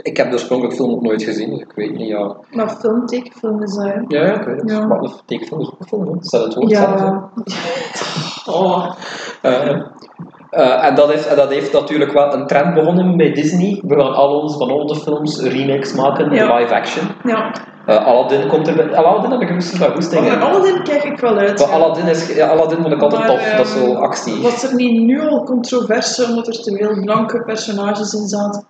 Ik heb de oorspronkelijke film nog nooit gezien, dus ik weet niet. Ja, Maar film, tekenfilm is dat, hè. ja ja, ik weet het. Ja. Maar de tekenfilm is ook een film, hè. Stel het woord zelf, hè. Ja. Oh. Eh, eh, en, dat heeft, en dat heeft natuurlijk wel een trend begonnen bij Disney. We gaan al onze van al onze films remakes maken, Ja. live action. Ja. Eh, Aladdin komt er. Aladdin heb ik rustig wel goed Maar in. Voor Maar Aladdin kijk ik wel uit. ja. Aladdin, is, ja, Aladdin vond ik altijd Maar, tof, dat is ehm, zo actie. Was er niet nu al controverse omdat er te veel blanke personages in zaten?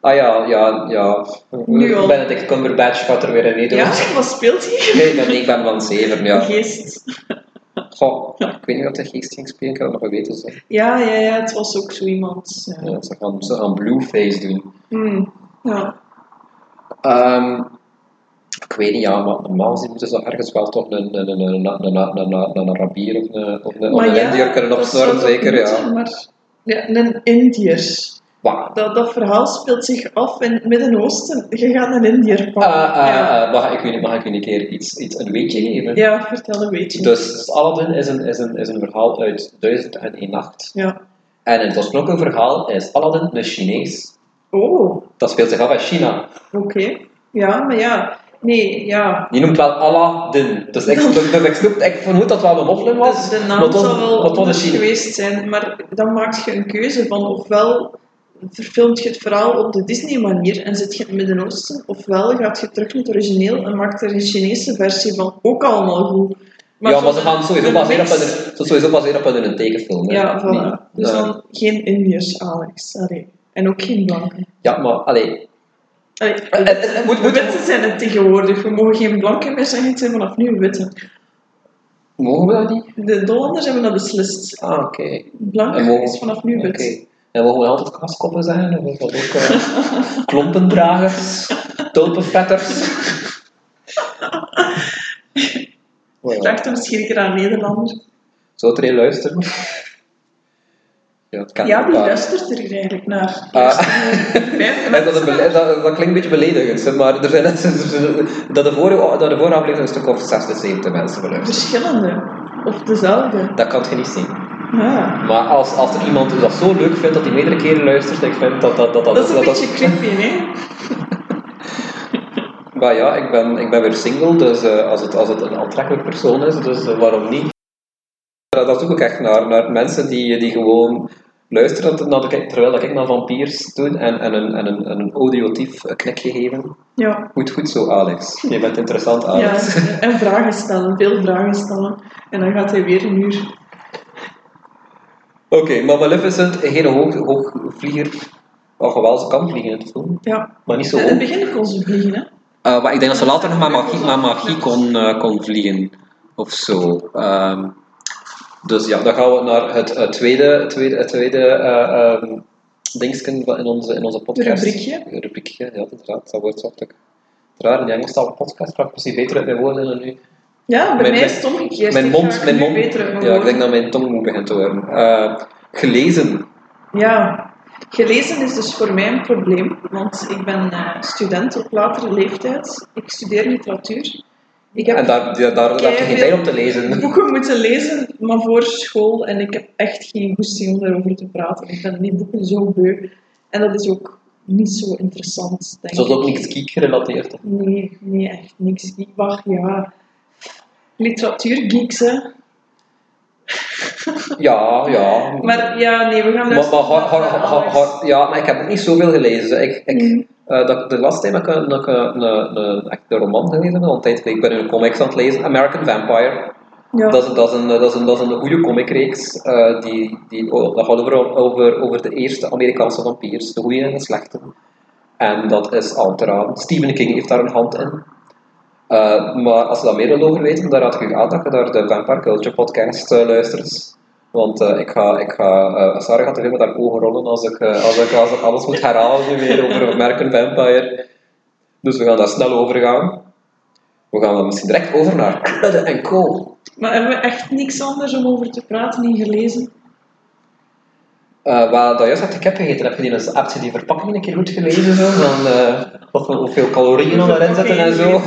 Ah ja, ja, ja. Nu al. Benedict Cumberbatch gaat er weer in Nederland. Ja, wat speelt hij? Nee, nee, nee, ik ben van zeven, ja. Geest. Goh, ik weet niet wat de geest ging spelen, ik heb het nog geweten. Ze, Ja, ja, ja, het was ook zo iemand. Ja. ja, Eh, ze, gaan, ze gaan Blueface doen. Hmm, ja. Ehm, ik weet niet, ja, maar normaal gezien moeten ze ergens wel toch een, een, een, een, een, een, een, een, een Arabier of een, of een, of Maar een ja, Indiër kunnen dat opsnorren, zou toch zeker, ja. moeten, Maar ja, een Indiër. Wauw. Dat, dat verhaal speelt zich af in het Midden-Oosten. Je gaat een Indiër Eh, pakken. Oh, ja. eh, eh, Mag ik jullie- mag ik jullie een keer iets, iets een weetje geven? ja, vertel een beetje. Dus Aladdin is een, is, een, is een verhaal uit Duizend en één Nacht. Ja. En in het oorspronkelijke verhaal is Aladdin een Chinees. Oh, oké. Dat speelt zich af in China. Ja, maar ja. Nee, ja. Die noemt wel Aladdin. Dus ik, dus ik, snoep- ik vermoed dat het wel een moslim was. Dus De maar naam toch- zal wel maar toch een anders Chinees. geweest zijn, maar dan maak je een keuze van ofwel verfilmt je het verhaal op de Disney-manier en zit je in het Midden-Oosten, ofwel gaat je terug naar het origineel en maakt er een Chinese versie van, ook allemaal goed. ja, maar zo'n- ze gaan sowieso een baseren op mix- hun, ze gaan sowieso baseren op hun tekenfilm. hè. Eh, Ja, Die- voilà. Dus ja. dan geen Indiërs, Alex. Allee. En ook geen blanken. Ja, maar allee. Allee, Eh, eh, eh, moet- moet- witte zijn het tegenwoordig. We mogen geen blanken meer zijn, het zijn vanaf nu witte. Mogen we dat niet? De Hollanders hebben dat beslist. Ah, oké. Blank En mogen- is vanaf nu Oké. wit. En mogen we altijd kaskoppen zijn? Of is dat ook eh, klompendragers? Tulpenvetters? Oh ja. Vraagt hem misschien een keer aan Nederlander. Zou er een luisteren? Ja, het kan Ja, ook wie wel. luistert er eigenlijk naar? Ah. Vijf En dat, een mensen? bele- dat, dat klinkt een beetje beledigend, hè, maar er zijn mensen dat de vorige, dat de vorige aflevering een stuk of 60, 70 mensen beluisteren. Verschillende. Of dezelfde. Dat kan het niet zien. Ja. Maar als, als er iemand dat zo leuk vindt dat hij meerdere keren luistert, ik vind dat dat... Dat, Dat is een beetje creepy, hè? Maar ja, ik ben, ik ben weer single, dus eh, als, het, als het een aantrekkelijk persoon is, dus eh, waarom niet? Eh, Dat, dat zoek ik echt naar, naar mensen die, die gewoon luisteren, naar de- terwijl dat ik naar vampiers doe en, en, een, en, een, en een audiotief knikje geven. Ja. Goed, goed zo, Alex. Je bent interessant, ja. Alex. En vragen stellen, veel vragen stellen. En dan gaat hij weer een uur. Oké, maar Maleficent, geen hoog, hoogvlieger. Oh, wel, ze kan vliegen in het film, Ja. maar niet zo In hoog. het begin kon ze vliegen, hè? Eh, maar ik denk dat ze later nog met magie, met magie kon, eh, kon vliegen of zo. Ehm, dus ja, dan gaan we naar het, eh, tweede, tweede, het tweede eh, ehm, dingsken van- in onze, in onze podcast. Rubriekje. Een Rubriekje, ja, inderdaad. Dat wordt zo ik. Raar, in de Engelstalige podcast sprak ik misschien beter uit mijn woorden dan nu. Ja, bij Mijn- mij mijn- is het omgekeerd. Mijn Ik mond, ga mijn nu mond. Beter uit ja, ik woorden. denk dat mijn tong moe begint te worden. Eh, gelezen. Ja, gelezen is dus voor mij een probleem, want ik ben eh, student op latere leeftijd. Ik studeer literatuur. Ik heb En daar, daar, daar heb je geen Keiveel- tijd om te lezen. boeken moeten lezen, maar voor school. En ik heb echt geen goesting om daarover te praten. Ik ben die boeken zo beu. En dat is ook niet zo interessant, denk Zoals ik. ook niks geek gerelateerd. hè. Nee, nee, echt niks. Wacht, ja. Literatuurgeeks, hè. Ja, ja. Maar ja, nee, we gaan daar Maar, maar, har- har- straks- har- har- ja, maar ik heb ook niet zoveel gelezen. zo. Ik, ik, Mhm. eh, dat, de laatste tijd dat ik, een- dat ik een, een, een, echt een roman gelezen heb, al een tijd geleden, ik ben een comics aan het lezen, American Vampire. Ja. Dat, is, dat, is een, dat, is een, dat is een goede comicreeks. eh, die, die, oh, dat gaat over, over, over de eerste Amerikaanse vampiers, de goede en de slechte. En dat is aan te raden. Stephen King heeft daar een hand in. Eh, maar als je daar meer wilt over weten, dan raad ik u aan dat je naar de Vampire Culture podcast eh, luistert. Want eh, ik ga, ik ga eh, Sarah gaat te veel met haar ogen rollen als ik, eh, als ik, als ik alles moet herhalen nu weer over American Vampire. Dus we gaan daar snel over gaan. We gaan dan misschien direct over naar Cludde en Co. Maar hebben we echt niks anders om over te praten, niet gelezen? Eh, waar dat juist uit de kip gegeten heb je die, heb je die verpakking een keer goed gelezen? Zo? Van, eh, wat, voor- hoeveel calorieën er daarin zitten en zo.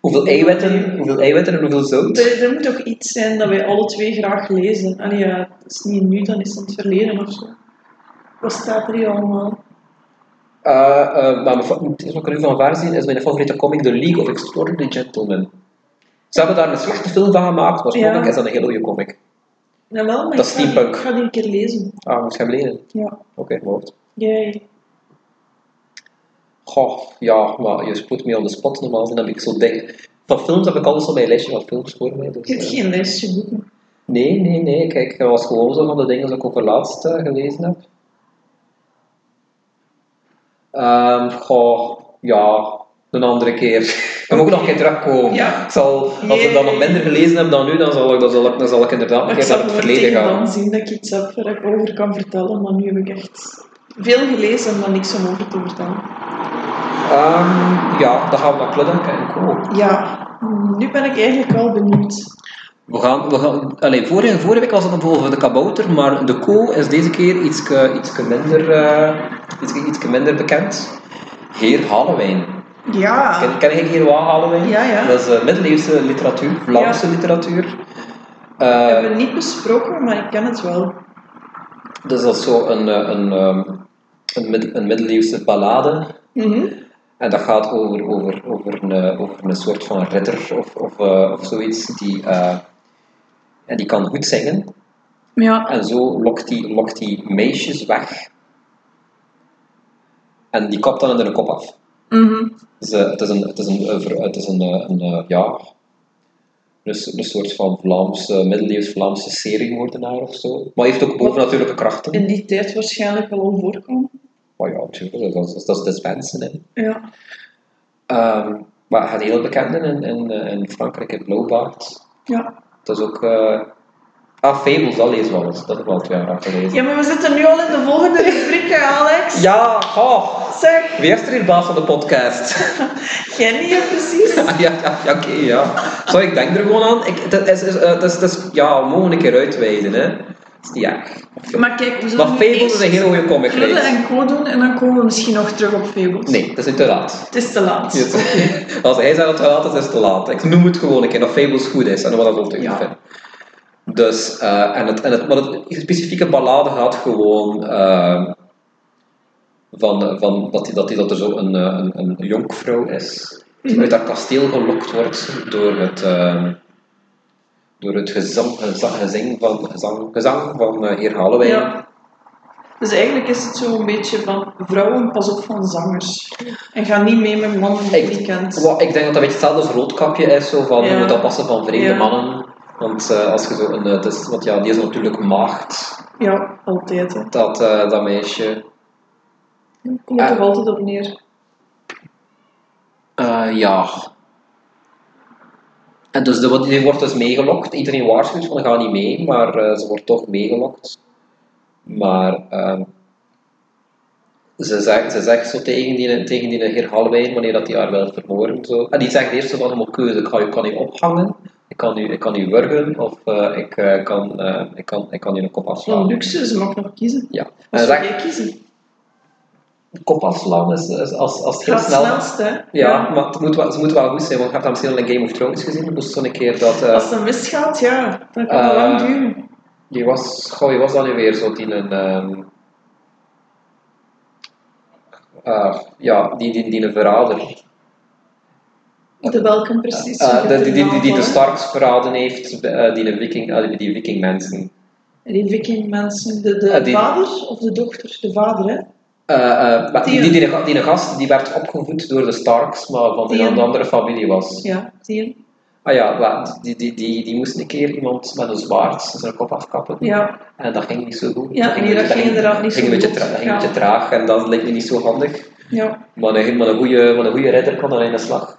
Hoeveel eiwitten, hoeveel eiwitten en hoeveel zout. Er, er moet toch iets zijn dat wij alle twee graag lezen. Allee, ja, het is niet nu, dan is het in het verleden of zo. Wat staat er hier allemaal? Eh, eh, maar mijn fa- het is ook nu van waar zien, is mijn favoriete comic The League of Extraordinary Gentlemen. Ze hebben daar een slechte film van gemaakt, maar Ja. comic is dat een hele goede comic. Nou wel, maar Dat is ik, ga die, steampunk. ik ga die een keer lezen. Ah, moet je hem lenen? Ja. Oké, okay, hoofd. Jij. Goh, ja, maar je spoedt me on the spot normaal, dan heb ik zo dik. Van films heb ik alles op mijn lijstje van films voor mij. Dus, Ik heb eh. geen lijstje boeken. Nee, nee, nee. Kijk, dat was gewoon zo van de dingen die ik over laatst eh, gelezen heb. Ehm, goh, ja, een andere keer. Ik kan ook nog een keer terugkomen. Ja. Ik zal, als ik dan nog minder gelezen heb dan nu, dan zal ik, dan zal ik, dan zal ik inderdaad een Ik keer zal naar het wel verleden tegen gaan. dan zien dat ik iets heb waar ik over kan vertellen, maar nu heb ik echt veel gelezen, maar niks om over te vertellen. Ehm, ja, dan gaan we naar Kludden en Co. Ja, nu ben ik eigenlijk wel benieuwd. We gaan, we gaan, allee, vorige, vorige week was het bijvoorbeeld de kabouter, maar de kool is deze keer iets, iets, minder, eh iets, iets minder bekend. Heer Halewijn. Ja. Ken, ken ik hier wat Halloween? Ah. Ja, ja. Dat is eh, middeleeuwse literatuur, Vlaamse literatuur. We Eh, hebben het niet besproken, maar ik ken het wel. dus dat is zo een, eh, een, ehm, een, mid- een middeleeuwse ballade. Mhm. En dat gaat over, over, over, een, eh, over een soort van ridder of, of, eh, of zoiets. Die, eh, en die kan goed zingen. Ja. En zo lokt hij lokt die meisjes weg. En die kapt dan in hun kop af. Mhm. Dus, eh, het is een, het is een, eh, ver- het is een, eh, een, eh, ja, dus een soort van Vlaamse, middeleeuws-Vlaamse seriemoordenaar of zo. Maar hij heeft ook bovennatuurlijke krachten. In die tijd waarschijnlijk wel al voorkomen. Maar ja, natuurlijk, dat is, dat is des mensen. Hè. Ja. Ehm, maar hij gaat heel bekend in, in, in, eh, in Frankrijk, in Blauwbaard. Ja. Dat is ook... eh ah, Fables, dat lezen we wel eens. Dat is wel twee jaar geleden. ja, maar we zitten nu al in de volgende rubriek, hè, Alex. Ja, goh! Zeg, Wie is er hier baas van de podcast? ken je precies? Ah, ja, ja, ja oké, ja. Sorry, ik denk er gewoon aan. Ik, dat is, is, eh, dat is, dat is, ja, we mogen een keer uitweiden, hè. Dat is niet erg. Maar kijk, we zullen Maar nu Fables is eerst een hele goede comic Kludden reeks. en Co doen en dan komen we misschien nog terug op Fables. Nee, dat is niet te laat. Het is te laat. Het- Als hij zei dat het te laat is, is het te laat. Ik noem het gewoon een keer dat Fables goed is en wat dat ook Ja. vind. Dus, eh, en het, en het, maar het specifieke ballade gaat gewoon eh, van, van dat, die, dat, die, dat er zo een, eh, een, een jonkvrouw is die Mhm. uit haar kasteel gelokt wordt door het, eh, door het gezang, gezang, gezang van, gezang, gezang van eh, heer Halloween. Ja. Dus eigenlijk is het zo een beetje van vrouwen, pas op van zangers. En ga niet mee met mannen die Ik- je niet kent. Wel, ik denk dat dat een beetje hetzelfde als roodkapje is, zo van Ja. je moet oppassen van vreemde Ja. mannen. Want eh, als je zo een, eh, het is, want ja, die is natuurlijk maagd, Ja, altijd. Hè. dat, eh, dat meisje. Daar Komt er Ja. toch altijd op neer. Eh, ja. En dus de, die wordt dus meegelokt. Iedereen waarschuwt van ga niet mee, maar eh, ze wordt toch meegelokt. Maar ehm, ze, zegt, ze zegt zo tegen die, tegen die heer Halwijn, wanneer dat die haar wil vermoorden. Zo. En die zegt eerst zo van, je moet keuze, ik kan, je kan u ophangen, ik kan u, ik kan u wurgen, of eh, ik, eh, kan, eh, ik, kan, ik kan u een kop Van afslaan. luxe, ze mag nog kiezen. Ja. En Als ze zou zegt, jij kiezen. kop afslaan is, is als, als het Gaat heel het snel... snelst, hè? Ja, maar het moet, wel, ze moet wel goed zijn, want ik heb dat misschien al in Game of Thrones gezien. Dus zo'n keer dat... eh, Als het dan misgaat, ja, dan kan het Eh, lang duren. die was... Goh, die was dan nu weer zo die een... ehm, eh, ja, die, die, die een verrader. De welkom precies. Eh, Ik heb die, die, die, die de naam, hè. Starks verraden heeft, eh, die een viking... eh, die- die vikingmensen. Die viking mensen, de, de Ah, die- vader of de dochter? De vader, hè? Eh, eh, maar die, Die- die, die, die gast die werd opgevoed door de Starks, maar van Die- een, een andere familie was. Ja, zie je? Ah ja, wa- die, die, die, die moest een keer iemand met een zwaard zijn kop afkappen. Ja, En dat ging niet zo goed. Ja, nee, dat ging inderdaad niet ging zo een beetje goed. tra- dat ging een Ja. beetje traag en dat leek me niet zo handig. ja. Maar een, maar een, goede, maar een goede redder kon dan in de slag.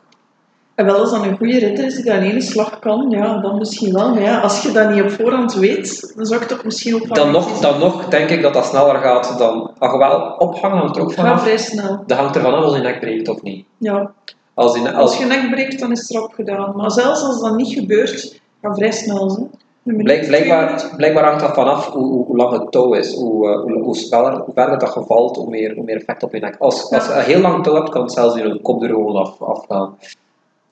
En wel, als dan een goede ridder is die dat in één slag kan, ja, dan misschien wel. Maar ja, als je dat niet op voorhand weet, dan zou ik toch misschien op Dan nog, dan nog denk ik dat dat sneller gaat dan. Ach, wel, ophangen hangt er ook van Ga af. vrij snel. Dat hangt er van af als je nek breekt of niet. Ja. Als je, Als als, je nek breekt, dan is het erop gedaan. Maar zelfs als dat niet gebeurt, ga vrij snel zijn. Een minuut, blijk, twee blijkbaar, blijkbaar hangt dat van af hoe, hoe, hoe lang het touw is. Hoe, eh, hoe, hoe, sneller, hoe verder dat gevalt, hoe meer, hoe meer effect op je nek. Als, als je een heel lang touw hebt, kan het zelfs je kop er gewoon af, afgaan.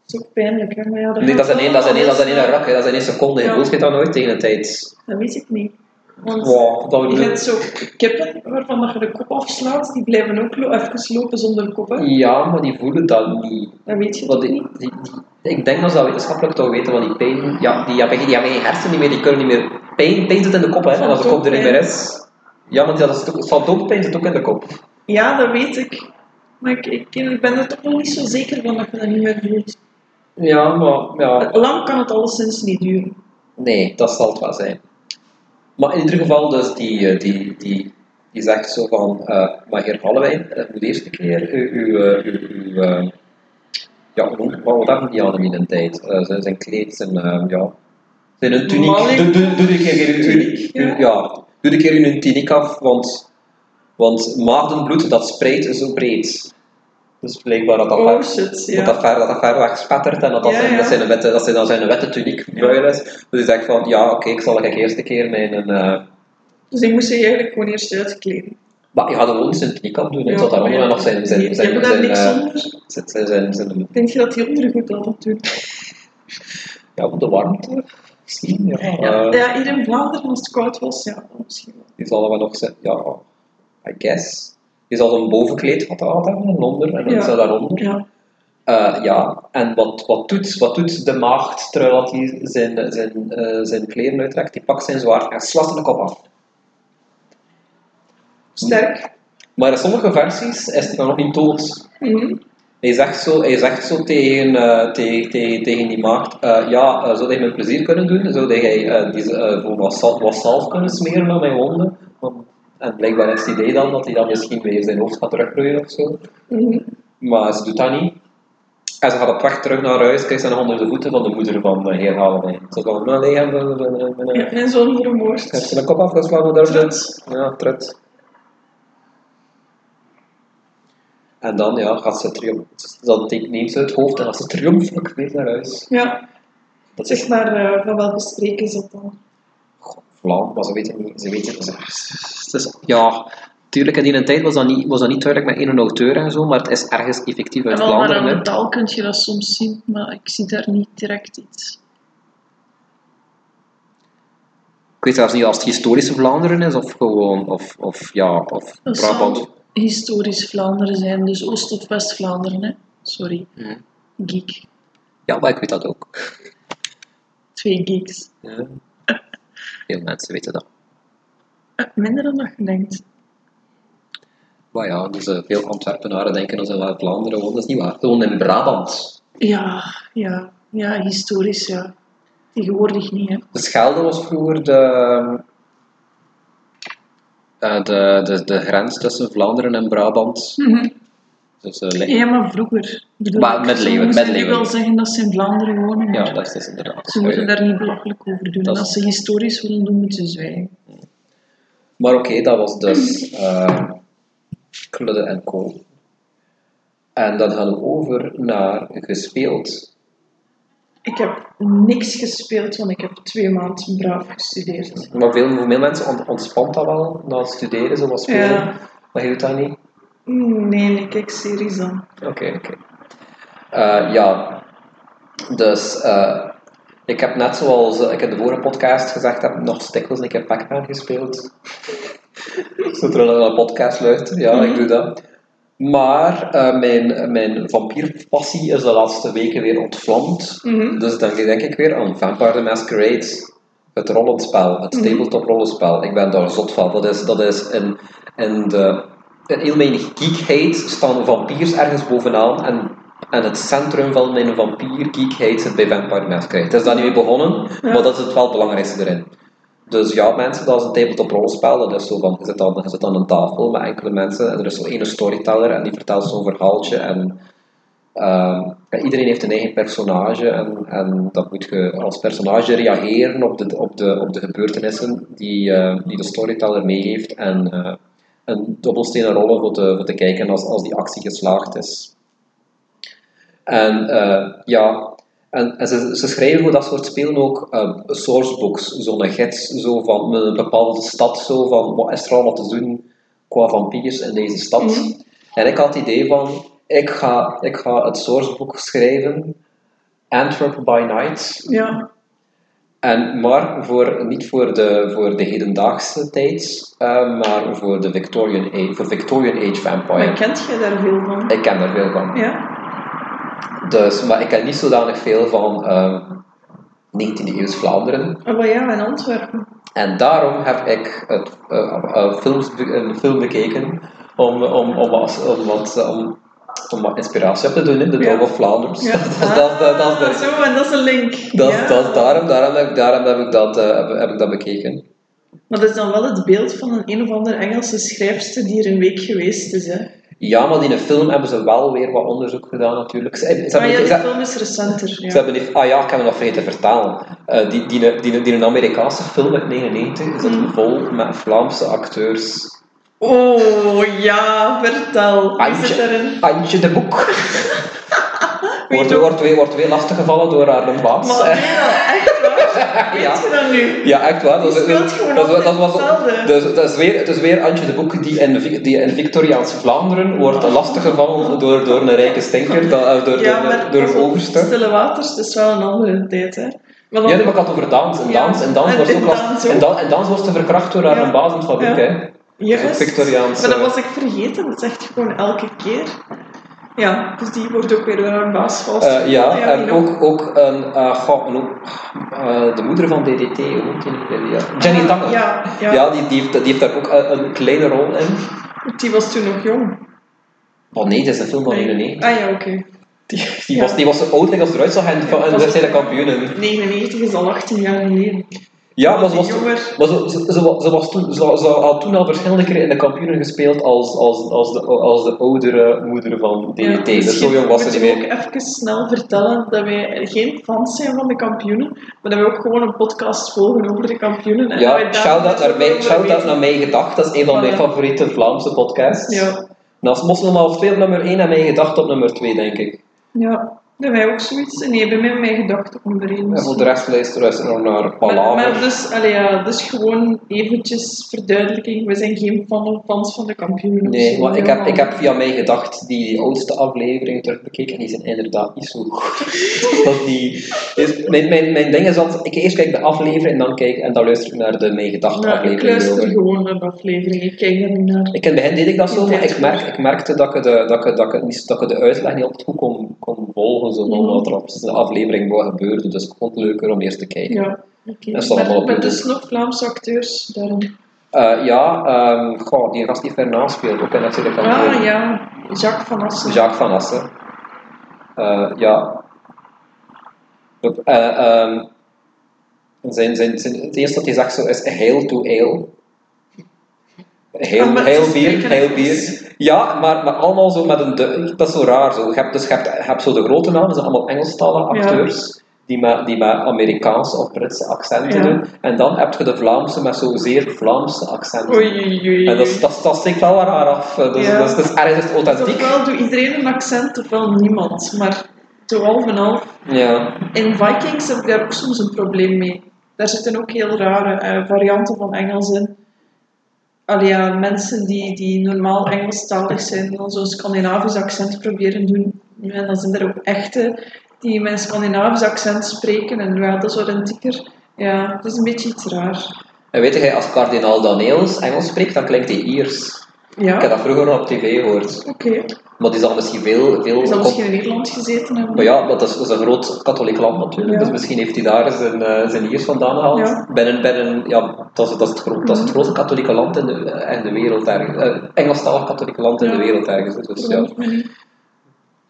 Dat is ook pijnlijk, hè? Maar ja, Nee, dat is een, gaat één- dat is een, één- dat is een, wel hele rak, hè. dat is een één seconde. Je Ja. voelt je dat nooit tegen de tijd. Dat weet ik niet. Want Wow, dat je bedoel- hebt zo kippen waarvan dat je de kop afslaat, die blijven ook lo- even lopen zonder koppen. Ja, maar die voelen dat niet. Dat weet je Want toch Hmm. die, niet? die, die- ik denk dat ze dat wetenschappelijk toch weten, want die pijn, ja, die, hebben, die hebben geen hersenen niet meer, die kunnen niet meer... Pijn, pijn zit in de kop, hè, en als de kop er niet meer is... Ja, want dat is, ook- van doodpijn zit ook in de kop. Ja, dat weet ik. Maar ik, ik, ik ben er toch nog niet zo zeker van dat je dat niet meer voelt. Ja, maar... Ja. Lang kan het alleszins niet duren. Nee, dat zal het wel zijn. Maar in ieder geval, dus die, eh, die, die, die zegt zo van, eh, maar heer Hallewijn, eh, moet eerst een keer uw... uw, eh, uw, uw, eh, ja, hoe- wat wat hebben die aan hem in een tijd? Eh, zijn, zijn kleed, zijn... eh, ja, zijn een tuniek. Malik. Doe, doe, doe een keer uw tuniek. Ja. uw- Ja, doe een keer uw tuniek af, want, want maagdenbloed, dat spreidt zo breed. Dus blijkbaar dat dat Oh wel- shit, dat ja. dat ver, dat dat ver weg spattert en dat dat, Ja, zijn, ja. dat, zijn een witte, dat zijn, dat zijn een witte tuniek vuil is. Dus ik zeg van, ja oké, ik zal ik eerst een keer mijn... een, eh Dus ik moest je eigenlijk gewoon eerst uitkleden. maar je gaat gewoon zijn tuniek afdoen, Ja, ik zat daaronder maar ja. en nog zijn... zijn, Die zijn, hebben daar zijn, niks eh, onder. zijn, zijn, zijn, zijn- Denk je dat die ondergoed dat natuurlijk? ja, voor de warmte misschien, ja. Ja. eh, ja, hier in Vlaanderen, als het koud was, ja, dan misschien wel. Die zal er wel nog zijn, ja, I guess. Je zal een bovenkleed gehad hebben, en onder, en dan Ja. is dat daaronder. Ja. Eh, ja, en wat, wat, doet, wat doet de maagd terwijl dat hij zijn, zijn, eh, zijn kleren uittrekt? Die pakt zijn zwaard en slaat de kop af. Sterk. Maar in sommige versies is hij dan nog niet dood. Mhm. Hij zegt zo, hij zegt zo tegen, eh, tegen, tegen, tegen die maagd, eh, ja, eh, zou hij me plezier kunnen doen? Zou hij eh, die, eh, voor wat, zal- wat zalf kunnen smeren aan mijn wonden? Want- En blijkbaar is het idee dan dat hij dan misschien weer zijn hoofd gaat teruggroeien of zo. Mhm. Maar ze doet dat niet. En ze gaat op weg terug naar huis, kijkt ze nog onder de voeten van de moeder van de heer Halenwijn. Ze zegt van, nou nee, en, en, en, en, en, en. Ja, mijn zoon Ze heeft vermoord. zijn kop afgeslagen door Trut. Ja, trut. En dan ja, gaat ze triomf. Dan neemt ze het hoofd en gaat ze triomfelijk weer naar huis. Ja, Dat is zeg maar, eh, van welke streek is dat dan? Vlaam, maar ze weten niet. Ze weten, ze, het is- ja, tuurlijk, in die tijd was dat, niet, was dat niet duidelijk met één auteur en zo, maar het is ergens effectief uit En wel, maar Vlaanderen. aan hè. de taal kun je dat soms zien, maar ik zie daar niet direct iets. Ik weet zelfs niet als het historische Vlaanderen is of gewoon, of, of ja, of Dat Brabant. zou historisch Vlaanderen zijn, dus Oost- of West-Vlaanderen, hè. Sorry. Mhm. Geek. Ja, maar ik weet dat ook. Twee geeks. Ja. Veel mensen weten dat. Eh, Minder dan dat je denkt. Maar ja, dus eh, veel Antwerpenaren denken dat ze wel in Vlaanderen wonen. Dat is niet waar. Ze wonen in Brabant. Ja, ja. Ja, historisch, ja. Tegenwoordig niet, hè. De Schelde was vroeger de, eh, de, de, de grens tussen Vlaanderen en Brabant. Dus, eh, le- Mhm. Ja, maar vroeger. Ik Bedoel, Maar met ze leeuwen, moeten met nu leeuwen. wel zeggen dat ze in Vlaanderen wonen, ja, maar dat is, dat is inderdaad. ze moeten daar niet belachelijk over doen. Dat En is- als ze historisch willen doen, moeten ze zwijgen. Maar oké, dat was dus eh Kludde en Co. En dan gaan we over naar gespeeld. Ik heb niks gespeeld, want ik heb twee maanden braaf gestudeerd. Maar veel, veel mensen ont- ontspant dat wel, na het studeren, zoals spelen. Ja. Maar je doet dat niet? Nee, nee, kijk series dan. Oké, oké. Eh, ja, dus eh, ik heb net zoals eh, ik in de vorige podcast gezegd heb, nog stikkels een keer Pac-Man gespeeld. Zo terwijl ik naar een podcast luister, ja, ik doe dat. Maar eh, mijn, mijn vampierpassie is de laatste weken weer ontvlamd. Mhm. Dus dan denk ik weer aan Vampire the Masquerade. het rollenspel, het tabletop rollenspel. Ik ben daar zot van. Dat is, dat is in, in, de, in heel mijn geekheid staan vampiers ergens bovenaan en, en het centrum van mijn vampier geekheid zit bij Vampire Masquerade. Het is daar niet mee begonnen, Ja. maar dat is het wel belangrijkste erin. Dus ja, mensen, dat is een tabletop rollenspel. Dat is zo van, je zit aan, je zit aan een tafel met enkele mensen en er is zo'n ene storyteller en die vertelt zo'n verhaaltje en Ehm, ja, iedereen heeft een eigen personage en, en dan moet je als personage reageren op de, op de, op de gebeurtenissen die, eh, die de storyteller meegeeft en eh een dobbelstenen rollen voor te, voor te kijken als, als die actie geslaagd is. En eh, ja, en, en ze, ze schrijven voor dat soort spelen ook eh, sourcebooks, zo'n gids zo van een bepaalde stad, zo van wat is er allemaal te doen qua vampiers in deze stad. En ik had het idee van, ik ga, ik ga het sourcebook schrijven, Antwerp by Night, Ja. en, maar voor, niet voor de, voor de hedendaagse tijd, eh, maar voor de Victorian Age, voor Victorian Age Maar Vampire. kent jij daar veel van? Oh, Ik ken daar veel van. Ja. Dus, maar ik ken niet zodanig veel van eh, 19e eeuws Vlaanderen. Ah, maar ja, in Antwerpen. En daarom heb ik het, eh, eh, films, be- een film bekeken om, om, om, wat- om, wat, eh, om, om wat inspiratie op te doen in de Ja. Dog of Vlaanders. Ja. dat, is- dat, is- dat, is de- Ah, Zo, en dat is een link. dat, Ja. is- dat, is- daarom, daarom, heb, ik- daarom heb, ik dat, eh, heb, heb ik dat bekeken. Maar dat is dan wel het beeld van een een of andere Engelse schrijfster die er een week geweest is. Hè. Ja, maar in een film hebben ze wel weer wat onderzoek gedaan natuurlijk. Ze, ze hebben, maar Ah, ja, ze, die ze film is recenter. Ja. hebben die- ah ja, ik heb het nog vergeten te vertalen. Eh, die, die, die, die, een Amerikaanse film uit 99 zit Mhm. vol met Vlaamse acteurs. Oh ja, vertel. Wie zit daarin? Antje de Boek. wordt, ook. wordt, weer, wordt weer lastiggevallen door haar baas. Maar nee, dat- echt waar? Weet Ja. je dat nu? Ja, echt waar. Dat, Die is- speelt gewoon dat, is- dat altijd was, hetzelfde. dus, dat is weer, het is weer Antje de Boek die in, Vi- die in Victoriaans Vlaanderen wordt lastiggevallen door, door een rijke stinker, dat- eh, door, Ja, door, maar door, door pas een op, overste. Stille Waters, dat is wel een andere tijd, hè. Maar dan, Ja, nee, maar ik had het over dans. En Ja, dans, en dans en wordt in ook last. dans ook. En, dan, en dans wordt ze verkracht door haar Ja. baas in het fabriek, Ja. hè. Juist. dat is ook Victoriaans, Maar dat eh. was ik vergeten, dat zegt gewoon elke keer. Ja, dus die wordt ook weer door haar baas vast. Eh, ja, die en ook, ook een, eh, goh, een ook- eh, de moeder van DDT, hoe noemt die nu weer? Ja. Jenny Tange. Ah, Ja, ja. Ja, die, die, heeft, die heeft daar ook een, een kleine rol in. die was toen nog jong. Oh nee, dat is een film van 99. Ah ja, oké. Die, die, Ja. was, die was zo oud like, als eruit zag en, Ja, en was- daar zijn de kampioenen. 99 is al 18 jaar geleden. Ja, maar ze was, Die jonger. maar ze, ze, ze was- ze was toen, ze, ze had toen al verschillende keren in de kampioenen gespeeld als, als, als, de, als de oudere moeder van DDT. Ja, dus zo misschien jong was ze niet meer. moeten we ook even snel vertellen dat wij geen fans zijn van de kampioenen, maar dat we ook gewoon een podcast volgen over de kampioenen. En dat wij Ja, daar shout-out naar, mij, over shout weten. naar Mijn Gedacht. Dat is een van mijn Voilà. favoriete Vlaamse podcasts. Ja, Naast Moslim half 2 op nummer 1 en Mijn Gedacht op nummer 2, denk ik. ja. Dat wij ook zoiets. Nee, bij mij mijn gedachten onder één. En voor de rest luister luister nog naar Maar, maar Palaver. dus, allee, ja, dus gewoon eventjes verduidelijking. We zijn geen fan, fans van de kampioenen. dus Nee, maar ik heb, ik Helemaal. heb via Mijn Gedacht die, die oudste aflevering terugbekeken en die zijn inderdaad niet zo goed. Dat die, dus mijn, mijn, mijn ding is dat ik eerst kijk de aflevering en dan kijk en dan luister ik naar de Mijn Gedacht Ja, ik aflevering. luister erover. gewoon naar de aflevering. Ik kijk er niet naar. Ik, in het begin deed ik dat zo, In maar ik, tijd merk, voor. ik merkte dat ik, de, dat, ik, dat, ik, het niet- dat ik de uitleg niet altijd goed kon, kon volgen, zo, van Mhm. wat er op de aflevering wat gebeurde. Dus ik vond het leuker om eerst te kijken. Ja, oké. Dat is allemaal Maar, op maar YouTube. dus nog Vlaamse acteurs daarin. Eh, ja, ehm, goh, die gast die Fernand speelt, ook in natuurlijk aan Ah ja, Jacques van Assen. Jacques Van Assen. Eh, ja. Dat, eh, ehm, zijn, zijn, zijn, het eerste dat hij zegt zo is heel to ale. Ah, Heel, maar heel ze bier, spreken heel het bier. Ja, maar, maar allemaal zo met een... du- Dat is zo raar. Zo. Je, hebt, dus je, hebt, je hebt zo de grote namen, dat zijn allemaal Engelstalige Ja. acteurs. Die met, die met Amerikaanse of Britse accenten Ja. doen. En dan heb je de Vlaamse met zo zeer Vlaamse accenten. Oei, oei, oei, oei. En Eh, dat, is- dat, is- dat steekt wel wat raar af. Dus, Ja. dus, dus ergens is het Dus authentiek. ofwel doet iedereen een accent, ofwel niemand. Maar toch half en half. Ja. In Vikings heb ik daar ook soms een probleem mee. Daar zitten ook heel rare eh, varianten van Engels in. Allee, ja, mensen die, die normaal Engelstalig zijn, dan zo'n Scandinavisch accent proberen doen. En dan zijn er ook echte die met een Scandinavisch accent spreken. En ja, dat is wat authentieker. Ja, dat is een beetje iets raar. En weet jij, als kardinaal Daniels Engels spreekt, dan klinkt hij Iers. Ik heb Ja, dat vroeger nog op tv gehoord. oké. Maar die zal misschien veel... veel Is dat op- misschien in Nederland gezeten hebben? Maar ja, dat is, dat is een groot katholiek land natuurlijk, Ja. dus misschien heeft hij daar zijn, eh, zijn liers vandaan gehaald. Ja. Mhm. Binnen, binnen, ja, dat is, dat, is het, gro- dat is het grootste katholieke land in de, in de wereld ergens. Eh, Engelstalig katholiek land in Ja. de wereld ergens. Dus ja, Verwondert me niet.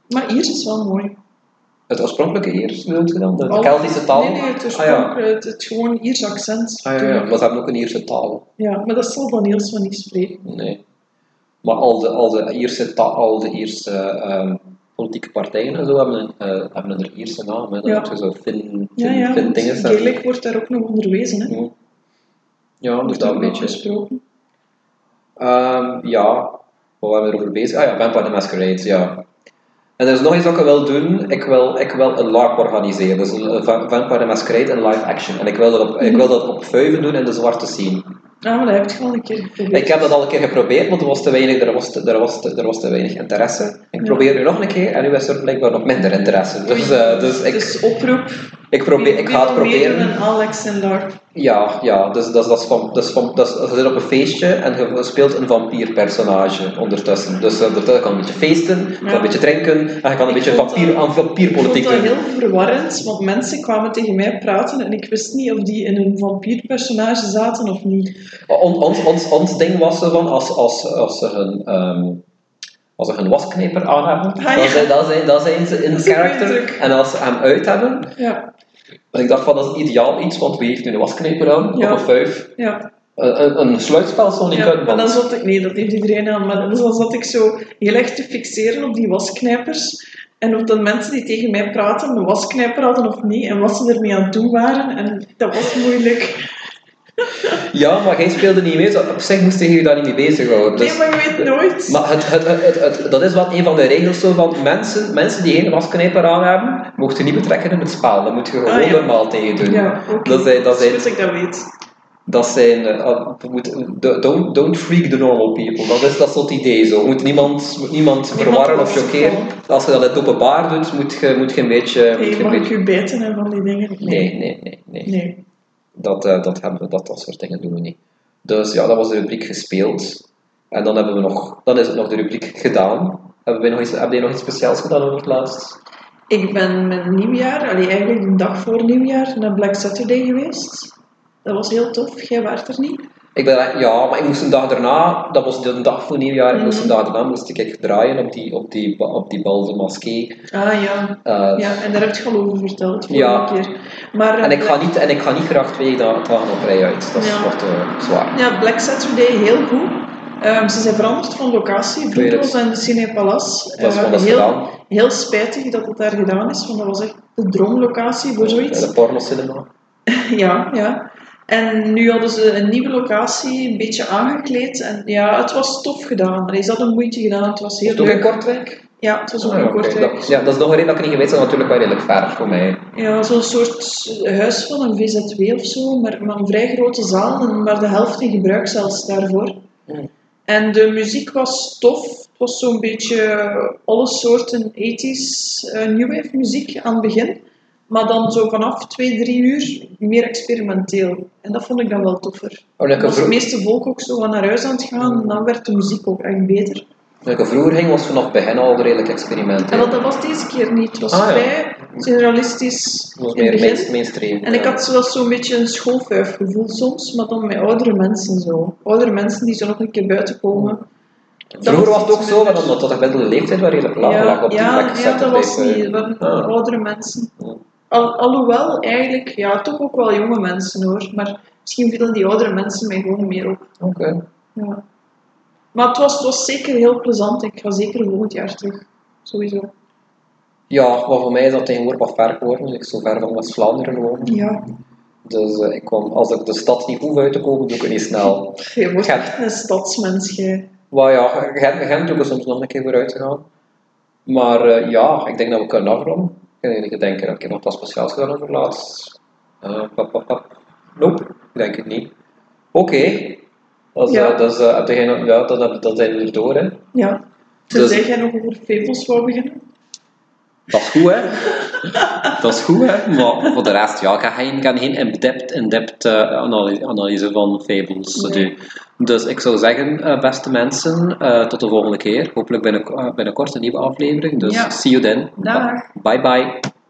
Maar Iers is wel mooi. het oorspronkelijke Iers, bedoelt je dan? De Al- Keltische taal? Nee, nee, het, is ah, ja. gewoon, eh, het, het gewoon Iers accent. Ah, ja, ja, maar ze hebben ook een Ierse taal. Ja, maar dat zal dan heel van niet spreken. Nee. Maar al de, al de Ierse, ta- al de Ierse ehm, politieke partijen en zo hebben een, eh, hebben een Ierse naam. Hè. Dan Ja. heb je zo Finn, Ja, Finn, ja. Finn dinges en- Gaelic wordt daar ook nog onderwezen. Hè. Ja. Ja, dus Wordt dat ook een nog beetje. gesproken. Ehm, ja, wat waren we erover bezig? Ah ja, Vampire the Masquerade, ja. En er is nog iets wat ik wil doen. Ik wil, ik wil een LARP organiseren. Dus een een Va- Vampire the Masquerade in live action. En ik wil dat op, ik Mhm. wil dat op vuiven doen in de zwarte scene. Ah, maar dat heb je al een keer geprobeerd. Ik heb dat al een keer geprobeerd, maar er was te weinig, er was te, er was te, er was te weinig interesse. Ik Ja. probeer nu nog een keer en nu is er blijkbaar nog minder interesse. Dus, eh, dus ik, Dus oproep. ik, probeer, Wie- ik wie ga het wil meedoen proberen. aan Alex en Lark. Ja, ja, dus dat is, dat is van, dat is van, dat is, je zit op een feestje en je speelt een vampierpersonage ondertussen. Dus eh, ondertussen kan je een beetje feesten, je kan Ja. een beetje drinken en je kan een Ik beetje vond dat- vampier, aan Ik vond vampierpolitiek dat doen. heel verwarrend, want mensen kwamen tegen mij praten en ik wist niet of die in een vampierpersonage zaten of niet. On- ons, ons, ons ding was zo van, als, als, als ze hun... ehm, als ze hun wasknijper aan hebben, Ah, ja. dan, zijn, dan, zijn, dan zijn ze in Dat is een character. indruk. En als ze hem uit hebben, Ja, want ik dacht van dat is ideaal iets, want wie heeft nu een wasknijper aan? Ja. Op een vijf. ja. Een, een, een sluitspel zou niet Ja, kunnen, maar want- dan zat ik, nee, dat heeft iedereen aan, maar dan zat ik zo heel erg te fixeren op die wasknijpers. En op de mensen die tegen mij praten, een wasknijper hadden of niet, en wat ze ermee aan het doen waren. En dat was moeilijk. Ja, maar jij speelde niet mee, dus op zich moest je je daar niet mee bezighouden. Dus... Nee, maar je weet nooit. Maar het, het, het, het- het- dat is wat een van de regels zo van mensen, mensen die geen wasknijper aan hebben, mochten niet betrekken in het spel. Dat moet je gewoon Ah, ja. normaal tegen doen. ja, oké. Dat zijn, dat Het is zijn, goed dat ik dat weet. dat zijn eh, ah, we moeten- do- don't, don't freak the normal people. Dat is, dat is het idee zo. Je moet niemand, je moet niemand verwarren of choqueren. lastigvallen. Als je dat in het openbaar doet, moet je, moet je een beetje... Moet Hey, je een mag ik beetje u bijten en van die dingen? nee, nee, nee. nee. Nee. Dat, eh, dat, hebben we, dat, dat soort dingen doen we niet. Dus ja, dat was de rubriek gespeeld. En dan, hebben we nog, dan is het nog de rubriek gedaan. Hebben wij nog iets, heb jij nog iets speciaals gedaan over het laatst? Ik ben mijn nieuwjaar, allee, eigenlijk een dag voor nieuwjaar, naar Black Saturday geweest. Dat was heel tof, jij waart er niet. Ik ben, eigenlijk- ja, maar ik moest een dag daarna, dat was de dag voor nieuwjaar, ik moest een Mhm. dag daarna moest ik echt draaien op die, op die, op die bal de maskee. Ah ja, Eh, ja en daar heb je al over verteld vorige Ja. keer. Maar, eh, en, ik ga niet, en ik ga niet graag twee dagen, dagen op rij uit. Dat Ja. wordt eh, zwaar. Ja, Black Saturday, heel goed. Ehm, ze zijn veranderd van locatie, Bloedroos en de Cine Palace. Dat is Eh, wat is heel, gedaan. heel spijtig dat het daar gedaan is, want dat was echt de droomlocatie voor zoiets. Dus De pornocinema. Ja, ja. En nu hadden ze een nieuwe locatie, een beetje aangekleed. En ja, het was tof gedaan. Allee, Ze hadden moeite gedaan, het was heel Is het ook in leuk. Kortrijk? Ja, het was ook Ah, een oké. kort Dat- ja, dat is nog een reden dat ik niet geweest ben, natuurlijk wel redelijk ver voor mij. Oh, Ja, zo'n soort huis van een VZW of zo, maar, maar een vrij grote zaal en maar de helft in gebruik zelfs daarvoor. Mm. En de muziek was tof. Het was zo'n beetje alle soorten 80s eh, new wave muziek aan het begin. Maar dan zo vanaf twee, drie uur meer experimenteel. En dat vond ik dan wel toffer. Omdat Dan ik er was het vroeg- meeste volk ook zo van naar huis aan het gaan Mm. en dan werd de muziek ook echt beter. Toen ik er vroeger ging, was vanaf het begin al redelijk experiment. En wat dat was deze keer niet. Het was Ah, ja. vrij generalistisch Dat was in het meer begin. main- mainstream. En ik had zo- wel zo'n beetje een schoolvuifgevoel soms, maar dan met oudere mensen zo. Oudere mensen die zo nog een keer buiten komen. Dat Vroeger was het ook iets zo, want minder. omdat dat gemiddelde leeftijd wel redelijk laag lag op die ja, plek. ja, dat was niet. We waren Ah. oudere mensen. Ja. Al, alhoewel, eigenlijk, ja, toch ook wel jonge mensen hoor. Maar misschien vielen die oudere mensen mij gewoon meer op. Oké. Ja. Maar het was, het was zeker heel plezant. Ik ga zeker volgend jaar terug. Sowieso. Ja, maar voor mij is dat tegenwoordig wat ver geworden, omdat ik zo ver van West-Vlaanderen woon. Ja, Dus eh, ik kwam, als ik de stad niet hoef uit te komen, doe ik het niet snel. je wordt Gent. echt een stadsmens. jij. Maar ja, Gent, Gent doe ik er soms nog een keer vooruit te gaan. Maar eh, ja, ik denk dat we kunnen afronden. Ik denk dat ik denk, ik heb nog wat speciaals gedaan over laatst. Eh, pap, pap, pap. Nope, ik denk het niet. Oké. Dat, is, Ja. eh, dat, is, eh, heb jij nog- ja, dat, dat, dat zijn we erdoor, hè. Ja. Dus- Tenzij jij nog over fevels wou beginnen. Dat is goed, hè? dat is goed, hè? Maar voor de rest, ja, ik ga geen, ik ga geen in-depth in depth, eh, analy- analyse van fables Nee. doen. Dus ik zou zeggen, eh, beste mensen, eh, tot de volgende keer. Hopelijk binnen, eh, binnenkort een nieuwe aflevering. Dus Ja. see you then. Dag. Bye bye.